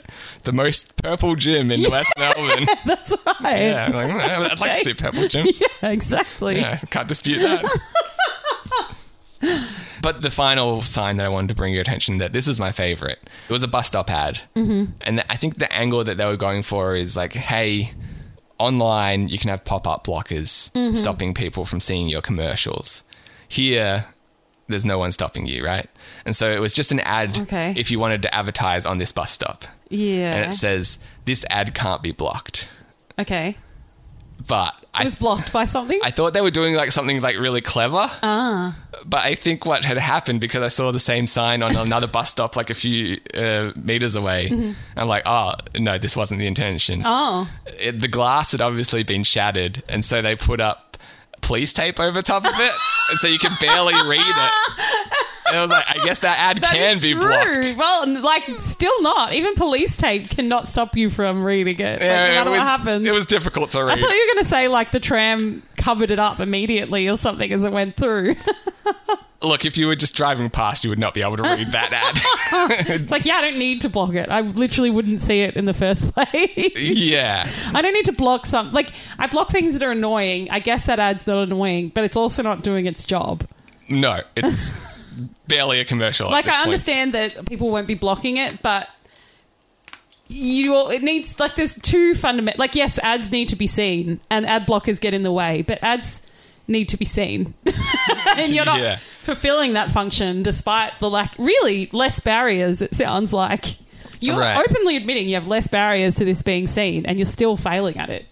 [SPEAKER 2] the most purple gym in West Melbourne.
[SPEAKER 1] That's right.
[SPEAKER 2] Yeah, like, I'd like to
[SPEAKER 1] Okay.
[SPEAKER 2] see a purple gym.
[SPEAKER 1] [laughs] Yeah, exactly. [laughs]
[SPEAKER 2] Yeah, can't dispute that. but the final sign that I wanted to bring your attention that this is my favorite. It was a bus stop ad, mm-hmm. and I think the angle that they were going for is like, hey. Online, you can have pop up blockers
[SPEAKER 1] Mm-hmm.
[SPEAKER 2] stopping people from seeing your commercials. Here, there's no one stopping you, right? And so it was just an ad
[SPEAKER 1] Okay.
[SPEAKER 2] if you wanted to advertise on this bus stop.
[SPEAKER 1] Yeah.
[SPEAKER 2] And it says, this ad can't be blocked.
[SPEAKER 1] okay.
[SPEAKER 2] But
[SPEAKER 1] It
[SPEAKER 2] I
[SPEAKER 1] was blocked by something.
[SPEAKER 2] I thought they were doing like something like really clever. Ah. But I think what had happened because I saw the same sign on another bus stop like a few uh, meters away. I'm like, oh no, this wasn't the intention.
[SPEAKER 1] Mm-hmm. oh.
[SPEAKER 2] It, the glass had obviously been shattered, and so they put up police tape over top of it, and so you could barely read it. And I was like, I guess that ad
[SPEAKER 1] That
[SPEAKER 2] can
[SPEAKER 1] is
[SPEAKER 2] be
[SPEAKER 1] true.
[SPEAKER 2] blocked.
[SPEAKER 1] Well, n- like, still not. Even police tape cannot stop you from reading it.
[SPEAKER 2] Yeah,
[SPEAKER 1] like, no
[SPEAKER 2] it,
[SPEAKER 1] matter
[SPEAKER 2] was,
[SPEAKER 1] what happens.
[SPEAKER 2] it was difficult to read.
[SPEAKER 1] I thought you were going to say, like, the tram covered it up immediately or something as it went through. [laughs]
[SPEAKER 2] Look, if you were just driving past, you would not be able to read
[SPEAKER 1] [laughs]
[SPEAKER 2] that ad.
[SPEAKER 1] it's like, yeah, I don't need to block it. I literally wouldn't see it in the first [laughs] place.
[SPEAKER 2] yeah.
[SPEAKER 1] I don't need to block some. Like, I block things that are annoying. I guess that ad's not annoying, but it's also not doing its job.
[SPEAKER 2] No, it's
[SPEAKER 1] [laughs]
[SPEAKER 2] barely a commercial. at
[SPEAKER 1] Like,
[SPEAKER 2] this
[SPEAKER 1] I
[SPEAKER 2] point.
[SPEAKER 1] understand that people won't be blocking it, but you all, it needs like there's two fundamental. Like, yes, ads need to be seen, and ad blockers get in the way, but ads need to be seen, [laughs] and you're not
[SPEAKER 2] Yeah.
[SPEAKER 1] fulfilling that function despite the lack. Really, less barriers. It sounds like you're
[SPEAKER 2] Right.
[SPEAKER 1] openly admitting you have less barriers to this being seen, and you're still failing at it.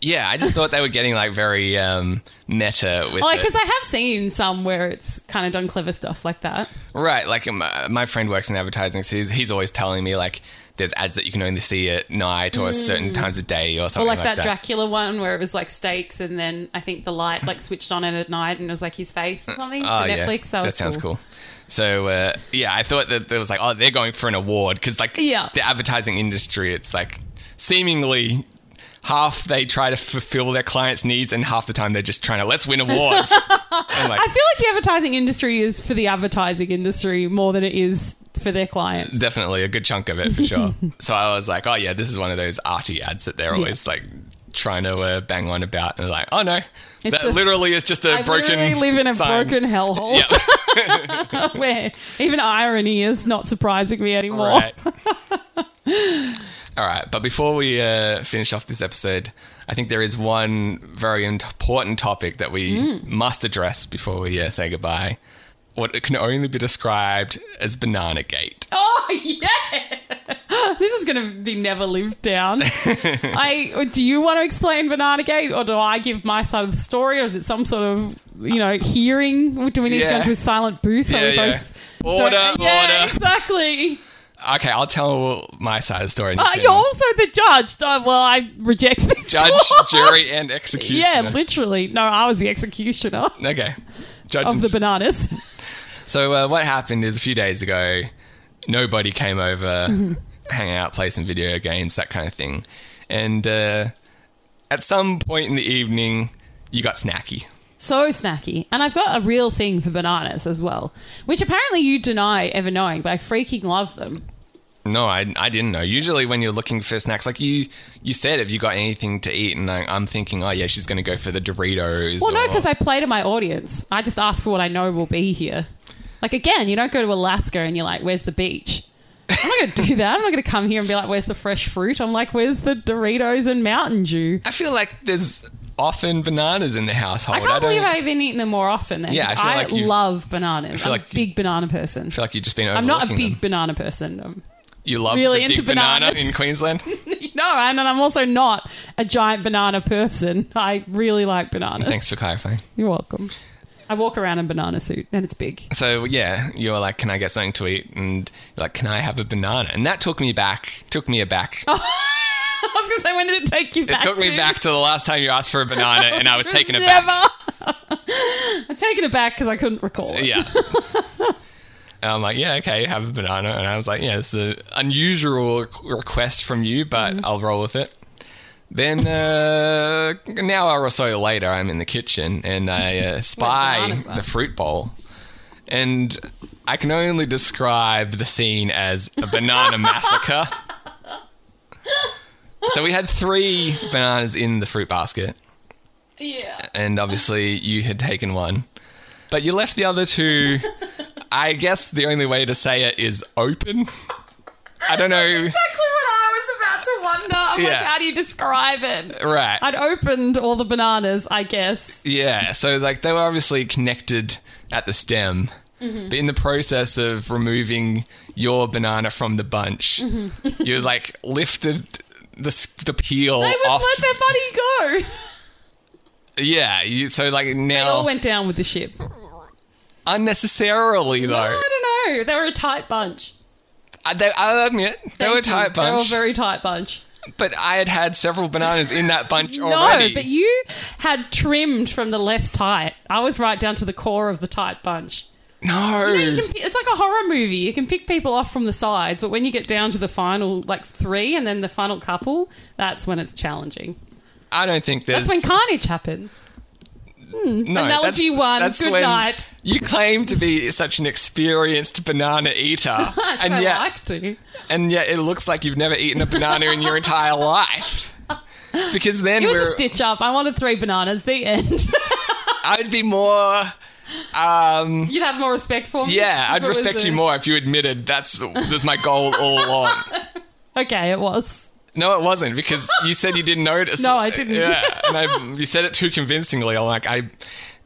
[SPEAKER 2] yeah, I just thought they were getting like very um, meta with
[SPEAKER 1] Like,
[SPEAKER 2] it.
[SPEAKER 1] because I have seen some where it's kind of done clever stuff like that.
[SPEAKER 2] Right, like my, my friend works in advertising, so he's, he's always telling me like there's ads that you can only see at night or certain times of day or something
[SPEAKER 1] Mm. Or like, that,
[SPEAKER 2] that.
[SPEAKER 1] Dracula one where it was like stakes, and then I think the light like switched on it at night, and it was like his face or something.
[SPEAKER 2] Oh,
[SPEAKER 1] for
[SPEAKER 2] yeah.
[SPEAKER 1] Netflix. That,
[SPEAKER 2] That,
[SPEAKER 1] was
[SPEAKER 2] sounds cool. So uh, yeah, I thought that there was like, oh, they're going for an award because like
[SPEAKER 1] Yeah.
[SPEAKER 2] the advertising industry, it's like seemingly half they try to fulfill their clients' needs and half the time they're just trying to let's win
[SPEAKER 1] [laughs]
[SPEAKER 2] awards. and like,
[SPEAKER 1] I feel like the advertising industry is for the advertising industry more than it is for their clients.
[SPEAKER 2] definitely a good chunk of it for
[SPEAKER 1] [laughs]
[SPEAKER 2] sure. so I was like, oh yeah, this is one of those arty ads that they're always like trying to uh, bang on about, and like, oh no, that
[SPEAKER 1] just-
[SPEAKER 2] literally is just a
[SPEAKER 1] I
[SPEAKER 2] broken.
[SPEAKER 1] literally live in a
[SPEAKER 2] sign.
[SPEAKER 1] broken hellhole
[SPEAKER 2] Yeah,
[SPEAKER 1] [laughs] where even irony is not surprising me anymore.
[SPEAKER 2] [laughs] right. All right, but before we uh, finish off this episode, I think there is one very important topic that we
[SPEAKER 1] Hmm.
[SPEAKER 2] must address before we uh, say goodbye. What can only be described as Banana Gate.
[SPEAKER 1] Oh [laughs] yeah, this is going to be never
[SPEAKER 2] [laughs]
[SPEAKER 1] lived down. I do you want to explain Banana Gate, or do I give my side of the story, or is it some sort of you know hearing? Do we need to go
[SPEAKER 2] Yeah.
[SPEAKER 1] into a silent booth? where we
[SPEAKER 2] Yeah, yeah.
[SPEAKER 1] both
[SPEAKER 2] Order,
[SPEAKER 1] don't- yeah,
[SPEAKER 2] order.
[SPEAKER 1] exactly.
[SPEAKER 2] Okay, I'll tell my side of the story. and you
[SPEAKER 1] Uh,
[SPEAKER 2] can-
[SPEAKER 1] you're also the judge. Oh, well, I reject this. [laughs]
[SPEAKER 2] judge,
[SPEAKER 1] thought.
[SPEAKER 2] jury, and executioner.
[SPEAKER 1] Yeah, literally. No, I was the executioner
[SPEAKER 2] okay. Judge.
[SPEAKER 1] of
[SPEAKER 2] and-
[SPEAKER 1] the bananas.
[SPEAKER 2] so uh, what happened is a few days ago, nobody came over,
[SPEAKER 1] [laughs]
[SPEAKER 2] hang out, play some video games, that kind of thing, and uh, at some point in the evening, you got snacky.
[SPEAKER 1] So snacky. And I've got a real thing for bananas as well, which apparently you deny ever knowing, but I freaking love them.
[SPEAKER 2] No, I, I didn't know. Usually, when you're looking for snacks, like you you said, have you got anything to eat? And I, I'm thinking, oh yeah, she's going to go for the Doritos.
[SPEAKER 1] Well, no,
[SPEAKER 2] or-
[SPEAKER 1] because I play to my audience. I just ask for what I know will be here. Like, again, you don't go to Alaska and you're like, where's the beach? I'm not going to do that. I'm not going to come here and be like, where's the fresh fruit? I'm like, where's the Doritos and Mountain Dew?
[SPEAKER 2] I feel like there's often bananas in the household.
[SPEAKER 1] I can't
[SPEAKER 2] don't-
[SPEAKER 1] believe I have been eating them more often. Then,
[SPEAKER 2] Yeah, I
[SPEAKER 1] 'cause
[SPEAKER 2] feel like you-
[SPEAKER 1] love bananas.
[SPEAKER 2] feel
[SPEAKER 1] I'm
[SPEAKER 2] like
[SPEAKER 1] a
[SPEAKER 2] you-
[SPEAKER 1] big banana person.
[SPEAKER 2] feel like you've just been.
[SPEAKER 1] I'm not a
[SPEAKER 2] overlooking
[SPEAKER 1] big
[SPEAKER 2] them.
[SPEAKER 1] banana person. Um,
[SPEAKER 2] You love
[SPEAKER 1] really
[SPEAKER 2] the
[SPEAKER 1] into
[SPEAKER 2] big banana
[SPEAKER 1] bananas.
[SPEAKER 2] in
[SPEAKER 1] [laughs]
[SPEAKER 2] Queensland.
[SPEAKER 1] no, and, and I'm also not a giant banana person. I really like bananas.
[SPEAKER 2] Thanks for clarifying.
[SPEAKER 1] You're welcome. I walk around in banana suit and it's big. [laughs]
[SPEAKER 2] So yeah, you were like, "Can I get something to eat?" And you're like, "Can I have a banana?" And that took me back. Took me aback.
[SPEAKER 1] I was gonna say, when did it take you
[SPEAKER 2] it
[SPEAKER 1] Oh, back?
[SPEAKER 2] took me
[SPEAKER 1] to?
[SPEAKER 2] back to the last time you asked for a banana,
[SPEAKER 1] [laughs]
[SPEAKER 2] and I was
[SPEAKER 1] Which
[SPEAKER 2] taken aback.
[SPEAKER 1] never. [laughs] I'm taking it back because I couldn't recall. It.
[SPEAKER 2] Yeah. and I'm like, "Yeah, okay, have a banana." And I was like, "Yeah, it's an unusual request from you, but I'll roll with it." Then uh, an hour or so later, I'm in the kitchen and I uh, spy
[SPEAKER 1] bananas are.
[SPEAKER 2] the fruit bowl, and I can only describe the scene as a banana massacre. So we had three bananas in the fruit basket,
[SPEAKER 1] yeah.
[SPEAKER 2] and obviously you had taken one, but you left the other
[SPEAKER 1] [laughs]
[SPEAKER 2] two. I guess the only way to say it is open. I don't
[SPEAKER 1] [laughs]
[SPEAKER 2] know.
[SPEAKER 1] Exactly what I was about to wonder. I'm like,
[SPEAKER 2] Yeah.
[SPEAKER 1] how do you describe it?
[SPEAKER 2] Right.
[SPEAKER 1] I'd opened all the bananas, I guess.
[SPEAKER 2] Yeah, so like they were obviously connected at the stem.
[SPEAKER 1] Mm-hmm.
[SPEAKER 2] But in the process of removing your banana from the bunch, you like lifted the s- the peel
[SPEAKER 1] Mm-hmm. They wouldn't
[SPEAKER 2] off. Oh.
[SPEAKER 1] let their buddy go.
[SPEAKER 2] yeah, you, so like
[SPEAKER 1] They all
[SPEAKER 2] now
[SPEAKER 1] went down with the ship.
[SPEAKER 2] Oh. unnecessarily though,
[SPEAKER 1] I don't know. They were a tight bunch.
[SPEAKER 2] I, they, I'll admit they were a
[SPEAKER 1] Thank you.
[SPEAKER 2] tight
[SPEAKER 1] They were a
[SPEAKER 2] bunch,
[SPEAKER 1] very tight bunch.
[SPEAKER 2] but I had had several bananas in that bunch already.
[SPEAKER 1] [laughs] No, but you had trimmed from the less tight. I was right down to the core of the tight bunch.
[SPEAKER 2] no,
[SPEAKER 1] You know, you can, pi- it's like a horror movie. You can pick people off from the sides, but when you get down to the final, like three, and then the final couple, that's when it's challenging.
[SPEAKER 2] I don't think there's
[SPEAKER 1] That's when carnage happens. [laughs]
[SPEAKER 2] No,
[SPEAKER 1] Analogy
[SPEAKER 2] that's-
[SPEAKER 1] one.
[SPEAKER 2] that's
[SPEAKER 1] Good
[SPEAKER 2] when
[SPEAKER 1] night.
[SPEAKER 2] You claim to be such an experienced banana eater,
[SPEAKER 1] [laughs] That's
[SPEAKER 2] and
[SPEAKER 1] what
[SPEAKER 2] yet,
[SPEAKER 1] I like to.
[SPEAKER 2] and yet it looks like you've never eaten a banana in your entire
[SPEAKER 1] [laughs]
[SPEAKER 2] life. Because then
[SPEAKER 1] It was
[SPEAKER 2] we're,
[SPEAKER 1] a stitch up. I wanted three bananas. The end. [laughs]
[SPEAKER 2] I'd be more, um,
[SPEAKER 1] You'd have more respect for me.
[SPEAKER 2] yeah,
[SPEAKER 1] if [laughs]
[SPEAKER 2] I'd
[SPEAKER 1] it was
[SPEAKER 2] respect
[SPEAKER 1] a-
[SPEAKER 2] you more if you admitted that's that's my goal all along.
[SPEAKER 1] Okay, it was.
[SPEAKER 2] No, it wasn't because you said you didn't notice.
[SPEAKER 1] [laughs] No, I didn't.
[SPEAKER 2] Yeah, and I, you said it too convincingly. I'm like, I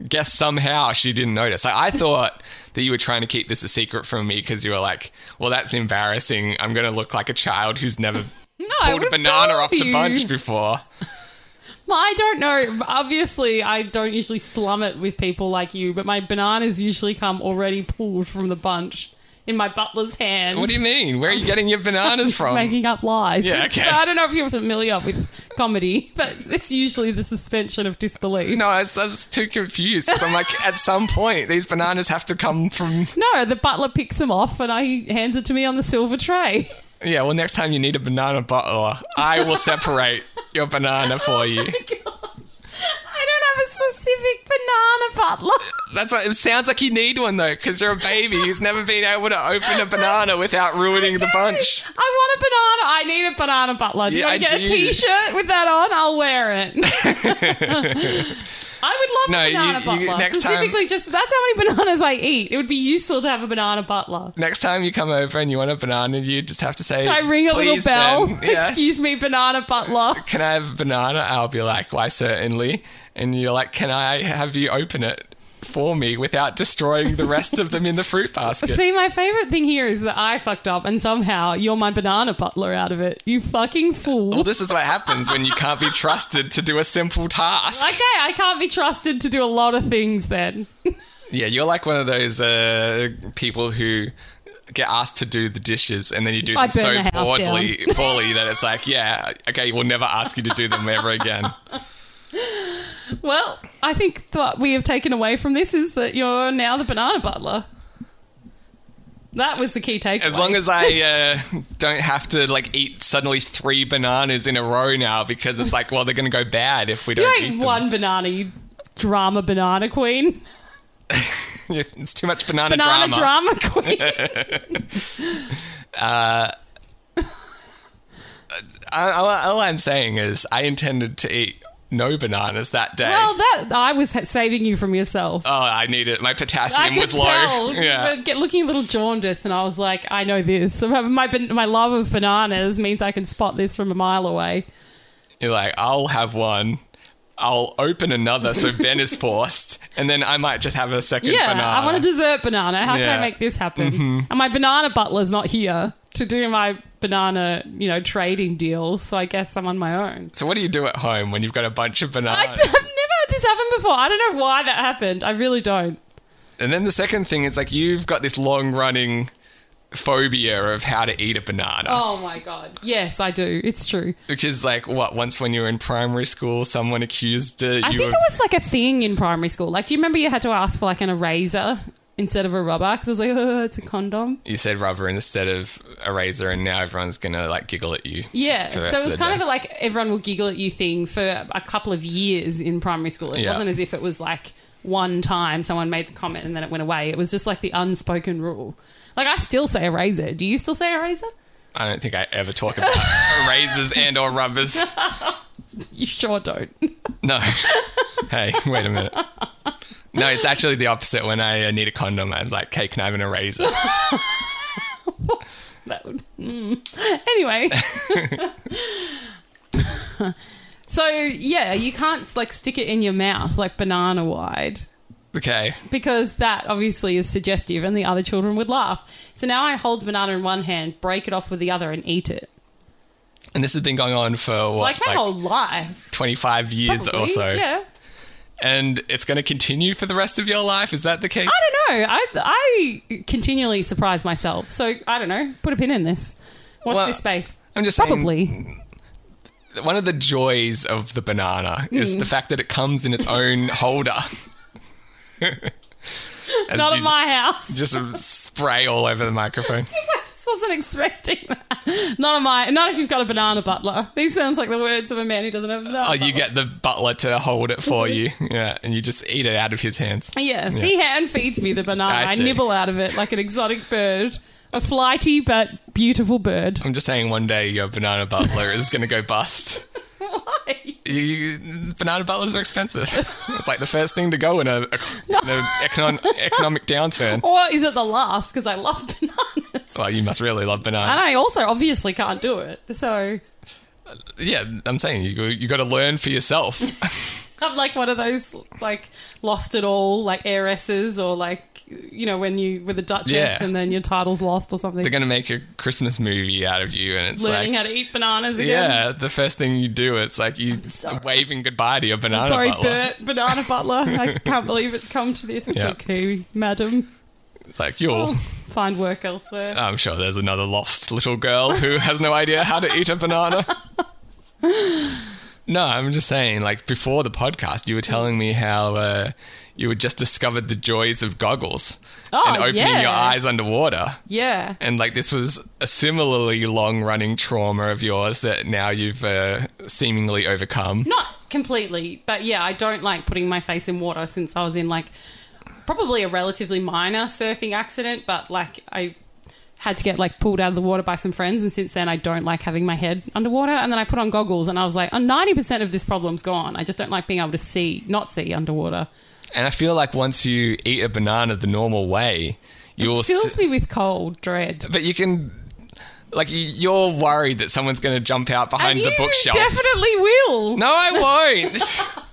[SPEAKER 2] guess somehow she didn't notice. Like, I thought that you were trying to keep this a secret from me because you were like, "Well, that's embarrassing. I'm going to look like a child who's never
[SPEAKER 1] No, [laughs]
[SPEAKER 2] pulled
[SPEAKER 1] I
[SPEAKER 2] a
[SPEAKER 1] would've
[SPEAKER 2] banana
[SPEAKER 1] told
[SPEAKER 2] off the
[SPEAKER 1] you.
[SPEAKER 2] bunch before."
[SPEAKER 1] Well, I don't know. Obviously, I don't usually slum it with people like you, but my bananas usually come already pulled from the bunch in my butler's hands.
[SPEAKER 2] What do you mean? Where are you getting your bananas from?
[SPEAKER 1] Making up lies.
[SPEAKER 2] Yeah,
[SPEAKER 1] It's-
[SPEAKER 2] okay.
[SPEAKER 1] I don't know if you're familiar with comedy, but it's, it's usually the suspension of disbelief.
[SPEAKER 2] No, I was, I was too confused. I'm like, at some point, these bananas have to come from.
[SPEAKER 1] No, the butler picks them off and I, he hands it to me on the silver tray. [laughs]
[SPEAKER 2] Yeah, well, next time you need a banana butler, I will separate your banana for you.
[SPEAKER 1] Oh Gosh, I don't have a specific banana butler.
[SPEAKER 2] That's what it sounds like you need one though, because you're a baby who's never been able to open a banana without ruining the bunch.
[SPEAKER 1] I want a banana. I need a banana butler. Do
[SPEAKER 2] Yeah,
[SPEAKER 1] you
[SPEAKER 2] I
[SPEAKER 1] want to get
[SPEAKER 2] do.
[SPEAKER 1] a t-shirt with that on? I'll wear it.
[SPEAKER 2] [laughs]
[SPEAKER 1] I would
[SPEAKER 2] No,
[SPEAKER 1] love a
[SPEAKER 2] you-
[SPEAKER 1] banana
[SPEAKER 2] you-
[SPEAKER 1] butler.
[SPEAKER 2] next time-
[SPEAKER 1] Specifically, just that's how many bananas I eat. It would be useful to have a banana butler.
[SPEAKER 2] Next time you come over and you want a banana, you just have to say,
[SPEAKER 1] I ring a little
[SPEAKER 2] "Please,
[SPEAKER 1] bell. [laughs]
[SPEAKER 2] Ben, [laughs] yes,
[SPEAKER 1] Excuse me, banana butler.
[SPEAKER 2] Can I have a banana? I'll be like, why certainly. And you're like, can I have you open it for me without destroying the rest of them in the fruit basket?
[SPEAKER 1] [laughs] See, my favorite thing here is that I fucked up, and somehow you're my banana butler out of it. You fucking fool.
[SPEAKER 2] Well, this is what happens when you can't be trusted to do a simple task.
[SPEAKER 1] okay, I can't be trusted to do a lot of things then.
[SPEAKER 2] Yeah, you're like one of those uh, people who get asked to do the dishes and then you do
[SPEAKER 1] I
[SPEAKER 2] them so
[SPEAKER 1] burn the house
[SPEAKER 2] poorly, poorly that it's like, yeah, okay, we'll never ask you to do them ever again.
[SPEAKER 1] Well, I think what we have taken away from this is that you're now the banana butler. That was the key takeaway.
[SPEAKER 2] As long as I uh, don't have to like eat suddenly three bananas in a row now because it's like, well, they're going to go bad if we
[SPEAKER 1] you
[SPEAKER 2] don't
[SPEAKER 1] ate
[SPEAKER 2] eat
[SPEAKER 1] one banana, you drama banana queen,
[SPEAKER 2] them. [laughs] it's too much banana,
[SPEAKER 1] banana
[SPEAKER 2] drama. [laughs]
[SPEAKER 1] drama, queen.
[SPEAKER 2] I, all, all I'm saying is, I intended to eat no bananas that day.
[SPEAKER 1] well, that I was ha- saving you from yourself.
[SPEAKER 2] oh, I needed my
[SPEAKER 1] I
[SPEAKER 2] potassium
[SPEAKER 1] could
[SPEAKER 2] was low.
[SPEAKER 1] tell.
[SPEAKER 2] [laughs] Yeah.
[SPEAKER 1] But get looking a little jaundiced, and I was like, I know this. [laughs] So my- my ban- my love of bananas means I can spot this from a mile away.
[SPEAKER 2] You're like, I'll have one. I'll open another so Ben
[SPEAKER 1] [laughs]
[SPEAKER 2] is forced, and then I might just have a second
[SPEAKER 1] Yeah,
[SPEAKER 2] banana.
[SPEAKER 1] I want a dessert banana. How can
[SPEAKER 2] Yeah. Mm-hmm.
[SPEAKER 1] I make this happen? And my banana butler's not here to do my banana, you know, trading deals. So I guess I'm on my own.
[SPEAKER 2] so, what do you do at home when you've got a bunch of
[SPEAKER 1] I
[SPEAKER 2] bananas?
[SPEAKER 1] d- I've never had this happen before. I don't know why that happened. I really don't.
[SPEAKER 2] And then the second thing is like you've got this long running phobia of how to eat a banana,
[SPEAKER 1] Oh my god. Yes, I do. It's true.
[SPEAKER 2] which is like what once when you were in primary school, someone accused uh, you
[SPEAKER 1] I think
[SPEAKER 2] of
[SPEAKER 1] it was like a thing in primary school. Like, do you remember you had to ask for like an eraser instead of a rubber? Because I was like, [laughs] oh, it's a condom.
[SPEAKER 2] you said rubber instead of a razor, and now everyone's gonna like giggle at you.
[SPEAKER 1] Yeah,
[SPEAKER 2] for the rest
[SPEAKER 1] so it
[SPEAKER 2] of
[SPEAKER 1] was
[SPEAKER 2] the
[SPEAKER 1] kind of
[SPEAKER 2] day.
[SPEAKER 1] a, like everyone will giggle at you thing for a couple of years in primary school. It
[SPEAKER 2] Yeah.
[SPEAKER 1] wasn't as if it was like one time someone made the comment and then it went away. It was just like the unspoken rule. Like I still say eraser. Do you still say eraser? [laughs]
[SPEAKER 2] I don't think I ever talk about [laughs] razors and or rubbers.
[SPEAKER 1] You sure don't. [laughs]
[SPEAKER 2] No. [laughs] hey, wait a minute. No, it's actually the opposite. When I uh, need a condom, I'm like, hey, can I have an
[SPEAKER 1] [laughs]
[SPEAKER 2] eraser?
[SPEAKER 1] that would. Mm.
[SPEAKER 2] [laughs]
[SPEAKER 1] Anyway. [laughs] so yeah, you can't like stick it in your mouth like banana wide.
[SPEAKER 2] okay.
[SPEAKER 1] because that obviously is suggestive and the other children would laugh. So now I hold the banana in one hand, break it off with the other, and eat it.
[SPEAKER 2] And this has been going on for what,
[SPEAKER 1] Like my whole life.
[SPEAKER 2] 25 years
[SPEAKER 1] Probably.
[SPEAKER 2] or so.
[SPEAKER 1] Yeah.
[SPEAKER 2] And it's going to continue for the rest of your life. Is that the case?
[SPEAKER 1] I don't know. I, I continually surprise myself. So I don't know. Put a pin in this. Watch
[SPEAKER 2] Well,
[SPEAKER 1] this space.
[SPEAKER 2] I'm just saying-
[SPEAKER 1] Probably.
[SPEAKER 2] One of the joys of the banana is
[SPEAKER 1] Hmm.
[SPEAKER 2] the fact that it comes in its
[SPEAKER 1] [laughs]
[SPEAKER 2] own holder. As
[SPEAKER 1] Not
[SPEAKER 2] you
[SPEAKER 1] at my house. [laughs]
[SPEAKER 2] Just, just spray all over the microphone.
[SPEAKER 1] I just wasn't expecting that. Not at my. Not if you've got a banana butler. These sounds like the words of a man who doesn't have. a banana
[SPEAKER 2] Oh, you
[SPEAKER 1] butler.
[SPEAKER 2] get the butler to hold it
[SPEAKER 1] [laughs]
[SPEAKER 2] for you. Yeah. And you just eat it out of his hands.
[SPEAKER 1] Yes, he hand feeds me the banana.
[SPEAKER 2] I
[SPEAKER 1] I,
[SPEAKER 2] see.
[SPEAKER 1] nibble out of it like an exotic bird, a flighty but
[SPEAKER 2] [laughs]
[SPEAKER 1] beautiful bird.
[SPEAKER 2] I'm just saying, one day your banana butler is going to go bust.
[SPEAKER 1] Why?
[SPEAKER 2] You, you- banana butlers are expensive. It's like the first thing to go in a, in a econ, economic downturn.
[SPEAKER 1] Or is it the last? Because I love bananas.
[SPEAKER 2] Well, you must really love
[SPEAKER 1] And
[SPEAKER 2] banana.
[SPEAKER 1] I also obviously can't do it. So
[SPEAKER 2] Yeah, I'm saying you you got to learn for yourself.
[SPEAKER 1] I'm like one of those like lost it all like heiresses or like you know when you with a duchess
[SPEAKER 2] Yeah.
[SPEAKER 1] and then your title's lost or something.
[SPEAKER 2] They're going to make a Christmas movie out of you, and it's
[SPEAKER 1] Learning
[SPEAKER 2] like.
[SPEAKER 1] how to eat bananas again.
[SPEAKER 2] yeah, the first thing you do, it's like you
[SPEAKER 1] sorry.
[SPEAKER 2] waving goodbye to your banana
[SPEAKER 1] Sorry,
[SPEAKER 2] butler.
[SPEAKER 1] Bert, banana butler. I can't believe it's come to this. It's
[SPEAKER 2] Yeah.
[SPEAKER 1] okay, madam.
[SPEAKER 2] [laughs] It's Like you'll,
[SPEAKER 1] I'll find work elsewhere.
[SPEAKER 2] I'm sure there's another lost little girl who has no idea how to eat a banana. No, I'm just saying. Like before the podcast, you were telling me how uh, you had just discovered the joys of goggles
[SPEAKER 1] Oh,
[SPEAKER 2] and opening
[SPEAKER 1] yeah.
[SPEAKER 2] your eyes underwater.
[SPEAKER 1] yeah.
[SPEAKER 2] And like this was a similarly long running trauma of yours that now you've uh, seemingly overcome.
[SPEAKER 1] Not completely, but yeah, I don't like putting my face in water since I was in like probably a relatively minor surfing accident, but like I had to get like pulled out of the water by some friends and since then I don't like having my head underwater and then I put on goggles and I was like, oh, 90% of this problem's gone. I just don't like being able to see, not see underwater.
[SPEAKER 2] And I feel like once you eat a banana the normal way, you will.
[SPEAKER 1] It fills me with cold dread.
[SPEAKER 2] but you can. Like you- you're worried that someone's going to jump out behind
[SPEAKER 1] and
[SPEAKER 2] the
[SPEAKER 1] you
[SPEAKER 2] bookshelf.
[SPEAKER 1] definitely will.
[SPEAKER 2] no,
[SPEAKER 1] [laughs]
[SPEAKER 2] I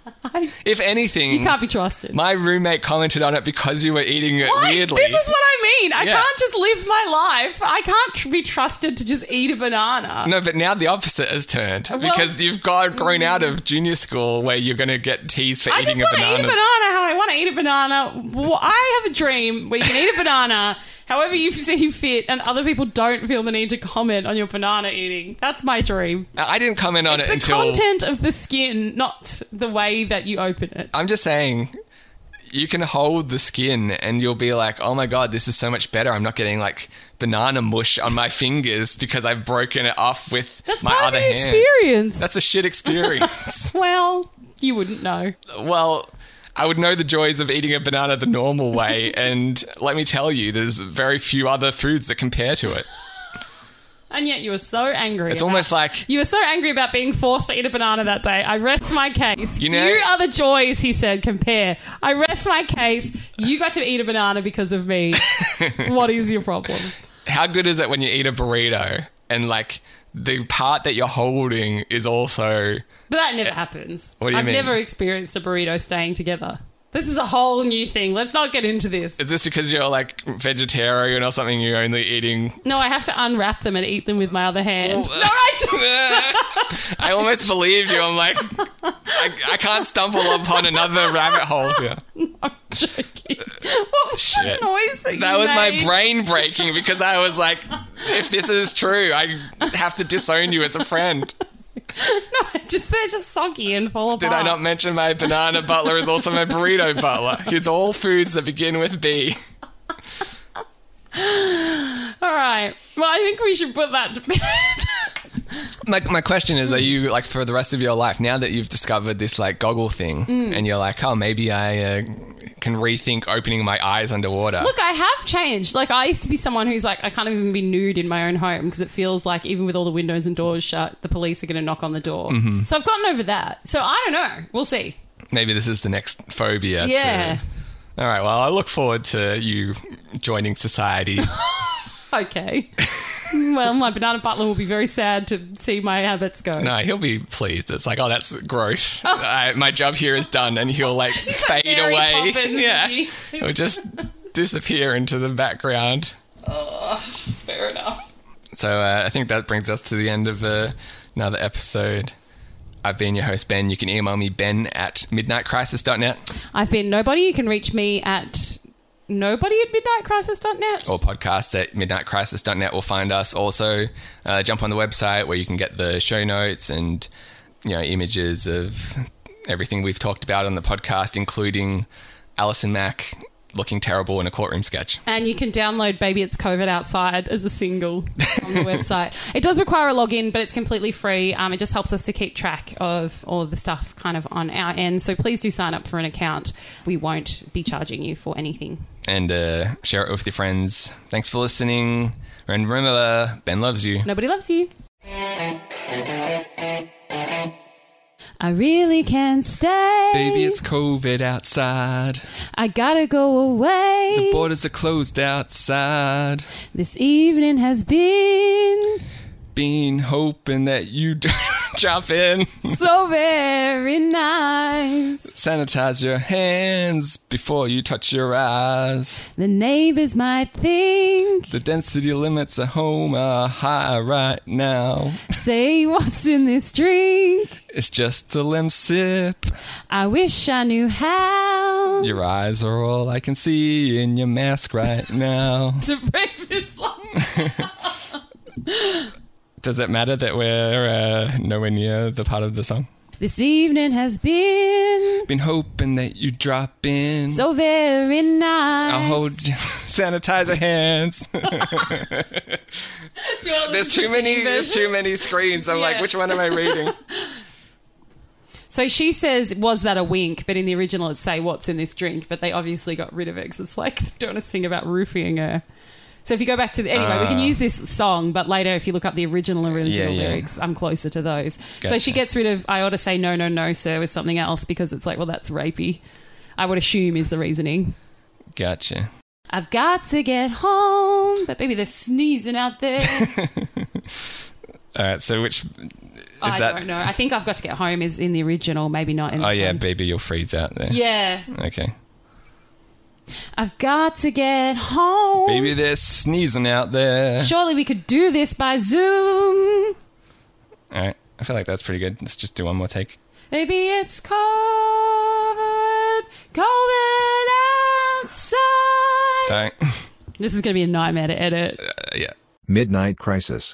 [SPEAKER 2] won't. if anything,
[SPEAKER 1] You can't be trusted.
[SPEAKER 2] my roommate commented on it because you were eating it
[SPEAKER 1] Like,
[SPEAKER 2] weirdly.
[SPEAKER 1] This is what I mean. I
[SPEAKER 2] Yeah.
[SPEAKER 1] can't just live my life. I can't tr- be trusted to just eat a banana.
[SPEAKER 2] no, but now the opposite has turned because you've got grown out of junior school where you're going to get teased for
[SPEAKER 1] Mm. I just
[SPEAKER 2] eating
[SPEAKER 1] want to eat a banana how I want to eat a banana. Well, I have a dream where you can eat a banana however you see fit, and other people don't feel the need to comment on your banana eating. That's my dream.
[SPEAKER 2] I didn't comment on
[SPEAKER 1] It's
[SPEAKER 2] it
[SPEAKER 1] the
[SPEAKER 2] until
[SPEAKER 1] content of the skin, not the way that you open it.
[SPEAKER 2] I'm just saying you can hold the skin and you'll be like, "Oh my god, this is so much better. I'm not getting like banana mush on my [laughs] fingers because I've broken it off with
[SPEAKER 1] That's
[SPEAKER 2] my
[SPEAKER 1] part of
[SPEAKER 2] other
[SPEAKER 1] the
[SPEAKER 2] hand."
[SPEAKER 1] experience.
[SPEAKER 2] That's a shit
[SPEAKER 1] [laughs]
[SPEAKER 2] experience.
[SPEAKER 1] well, you wouldn't know.
[SPEAKER 2] well, I would know the joys of eating a banana the normal
[SPEAKER 1] [laughs]
[SPEAKER 2] way, and let me tell you, there's very few other foods that compare to it.
[SPEAKER 1] And yet you were so angry.
[SPEAKER 2] It's
[SPEAKER 1] about-
[SPEAKER 2] almost like
[SPEAKER 1] You were so angry about being forced to eat a banana that day. I rest my case.
[SPEAKER 2] You know-
[SPEAKER 1] Few other joys, he said, compare. I rest my case. You got to eat a banana because
[SPEAKER 2] [laughs]
[SPEAKER 1] of me. what is your problem?
[SPEAKER 2] how good is it when you eat a burrito and like the part that you're holding is also
[SPEAKER 1] But that never happens.
[SPEAKER 2] What do you
[SPEAKER 1] I've
[SPEAKER 2] mean?
[SPEAKER 1] never experienced a burrito staying together. This is a whole new thing. Let's not get into this.
[SPEAKER 2] Is this because you're like vegetarian or something? You're only eating. [laughs]
[SPEAKER 1] No, I have to unwrap them and eat them with my other
[SPEAKER 2] Oh,
[SPEAKER 1] hand.
[SPEAKER 2] uh,
[SPEAKER 1] [laughs] no, I do.
[SPEAKER 2] I almost believe you. I'm like, I, I can't stumble upon another rabbit hole here.
[SPEAKER 1] I'm joking. What was
[SPEAKER 2] uh, Shit.
[SPEAKER 1] that noise that you
[SPEAKER 2] That was my
[SPEAKER 1] [laughs] made?
[SPEAKER 2] brain breaking because I was like, if this is true, I have to disown you as a friend.
[SPEAKER 1] Just they're just soggy and fall apart.
[SPEAKER 2] Did I not mention my banana butler is also my burrito butler? It's all foods that begin with B.
[SPEAKER 1] All right. Well, I think we should put that [laughs] to bed.
[SPEAKER 2] My, my question is, are you like for the rest of your life now that you've discovered this like goggle thing,
[SPEAKER 1] Mm.
[SPEAKER 2] and you're like, oh, maybe I uh, can rethink opening my eyes underwater?
[SPEAKER 1] Look, I have changed. Like I used to be someone who's like I can't even be nude in my own home because it feels like even with all the windows and doors shut, the police are going to knock on the door.
[SPEAKER 2] Mm-hmm.
[SPEAKER 1] So I've gotten over that. So I don't know. We'll see.
[SPEAKER 2] maybe this is the next phobia. to-
[SPEAKER 1] Yeah.
[SPEAKER 2] all right. Well, I look forward to you joining
[SPEAKER 1] [laughs]
[SPEAKER 2] society.
[SPEAKER 1] Okay. [laughs] well, my banana butler will be very sad to see my habits go.
[SPEAKER 2] no, he'll be pleased. It's like, oh, that's growth. I, my job here is done, and he'll
[SPEAKER 1] [laughs]
[SPEAKER 2] like fade
[SPEAKER 1] Mary
[SPEAKER 2] away. [laughs]
[SPEAKER 1] Poppins,
[SPEAKER 2] yeah,
[SPEAKER 1] he is.
[SPEAKER 2] he'll
[SPEAKER 1] [laughs]
[SPEAKER 2] just disappear into the background.
[SPEAKER 1] Fair enough.
[SPEAKER 2] So uh, I think that brings us to the end of uh, another episode. I've been your host, Ben. You can email me, ben at midnightcrisis.net
[SPEAKER 1] I've been nobody. You can reach me at nobody at midnightcrisis.net.
[SPEAKER 2] or podcast at midnightcrisis.net will find us. Also, uh, jump on the website where you can get the show notes and you know images of everything we've talked about on the podcast, including Alison Mack looking terrible in a courtroom sketch.
[SPEAKER 1] And you can download Baby It's COVID Outside as a single on the website. It does require a login, but it's completely free. Um, it just helps us to keep track of all of the stuff kind of on our end. So please do sign up for an account. We won't be charging you for anything.
[SPEAKER 2] And uh, share it with your friends. Thanks for listening. And remember, Ben loves you.
[SPEAKER 1] Nobody loves you. I really can't stay.
[SPEAKER 2] Baby, it's COVID outside.
[SPEAKER 1] I gotta go away.
[SPEAKER 2] The borders are closed outside. [laughs]
[SPEAKER 1] this evening has been
[SPEAKER 2] been hoping that you [laughs] jump in.
[SPEAKER 1] so very nice.
[SPEAKER 2] Sanitize your hands before you touch your eyes.
[SPEAKER 1] The neighbors might think,
[SPEAKER 2] The density limits at home are high right now.
[SPEAKER 1] say what's in this drink.
[SPEAKER 2] It's just a limp sip.
[SPEAKER 1] I wish I knew how
[SPEAKER 2] Your eyes are all I can see in your mask right now.
[SPEAKER 1] to break this lockdown.
[SPEAKER 2] Does it matter that we're uh, nowhere near the part of the song?
[SPEAKER 1] This evening has been
[SPEAKER 2] Been hoping that you drop in.
[SPEAKER 1] so very nice.
[SPEAKER 2] I'll hold [laughs] you. Sanitize your hands.
[SPEAKER 1] Do you
[SPEAKER 2] There's
[SPEAKER 1] wanna listen
[SPEAKER 2] too
[SPEAKER 1] to the
[SPEAKER 2] many.
[SPEAKER 1] singing
[SPEAKER 2] There's
[SPEAKER 1] version?
[SPEAKER 2] too many screens. I'm like,
[SPEAKER 1] Yeah.
[SPEAKER 2] which one am I reading?
[SPEAKER 1] [laughs] So she says, "Was that a wink?" But in the original, it's "Say what's in this drink." But they obviously got rid of it because it's like [laughs] they don't want to sing about roofing her. So if you go back to the, anyway, we can
[SPEAKER 2] Ah.
[SPEAKER 1] use this song, but later if you look up the original original
[SPEAKER 2] Yeah, yeah.
[SPEAKER 1] lyrics, I'm closer to those. So
[SPEAKER 2] Gotcha.
[SPEAKER 1] she gets rid of "I ought to say no, no, no, sir" with something else because it's like, well, that's rapey. I would assume is the reasoning.
[SPEAKER 2] Gotcha.
[SPEAKER 1] I've got to get home, but baby, they're sneezing
[SPEAKER 2] [laughs]
[SPEAKER 1] out there.
[SPEAKER 2] All right. So which is
[SPEAKER 1] I
[SPEAKER 2] that?
[SPEAKER 1] don't know. I think I've got to get home is in the original, maybe not in. The
[SPEAKER 2] Oh yeah,
[SPEAKER 1] song.
[SPEAKER 2] baby, you'll freeze out there.
[SPEAKER 1] yeah.
[SPEAKER 2] Okay.
[SPEAKER 1] I've got to get home.
[SPEAKER 2] Baby, they're sneezing out there.
[SPEAKER 1] [laughs] Surely we could do this by Zoom.
[SPEAKER 2] All right. I feel like that's pretty good. Let's just do one more take.
[SPEAKER 1] Maybe it's covered, covered outside.
[SPEAKER 2] Sorry. [laughs]
[SPEAKER 1] This is going to be a nightmare to edit.
[SPEAKER 2] Uh, yeah.
[SPEAKER 3] Midnight Crisis.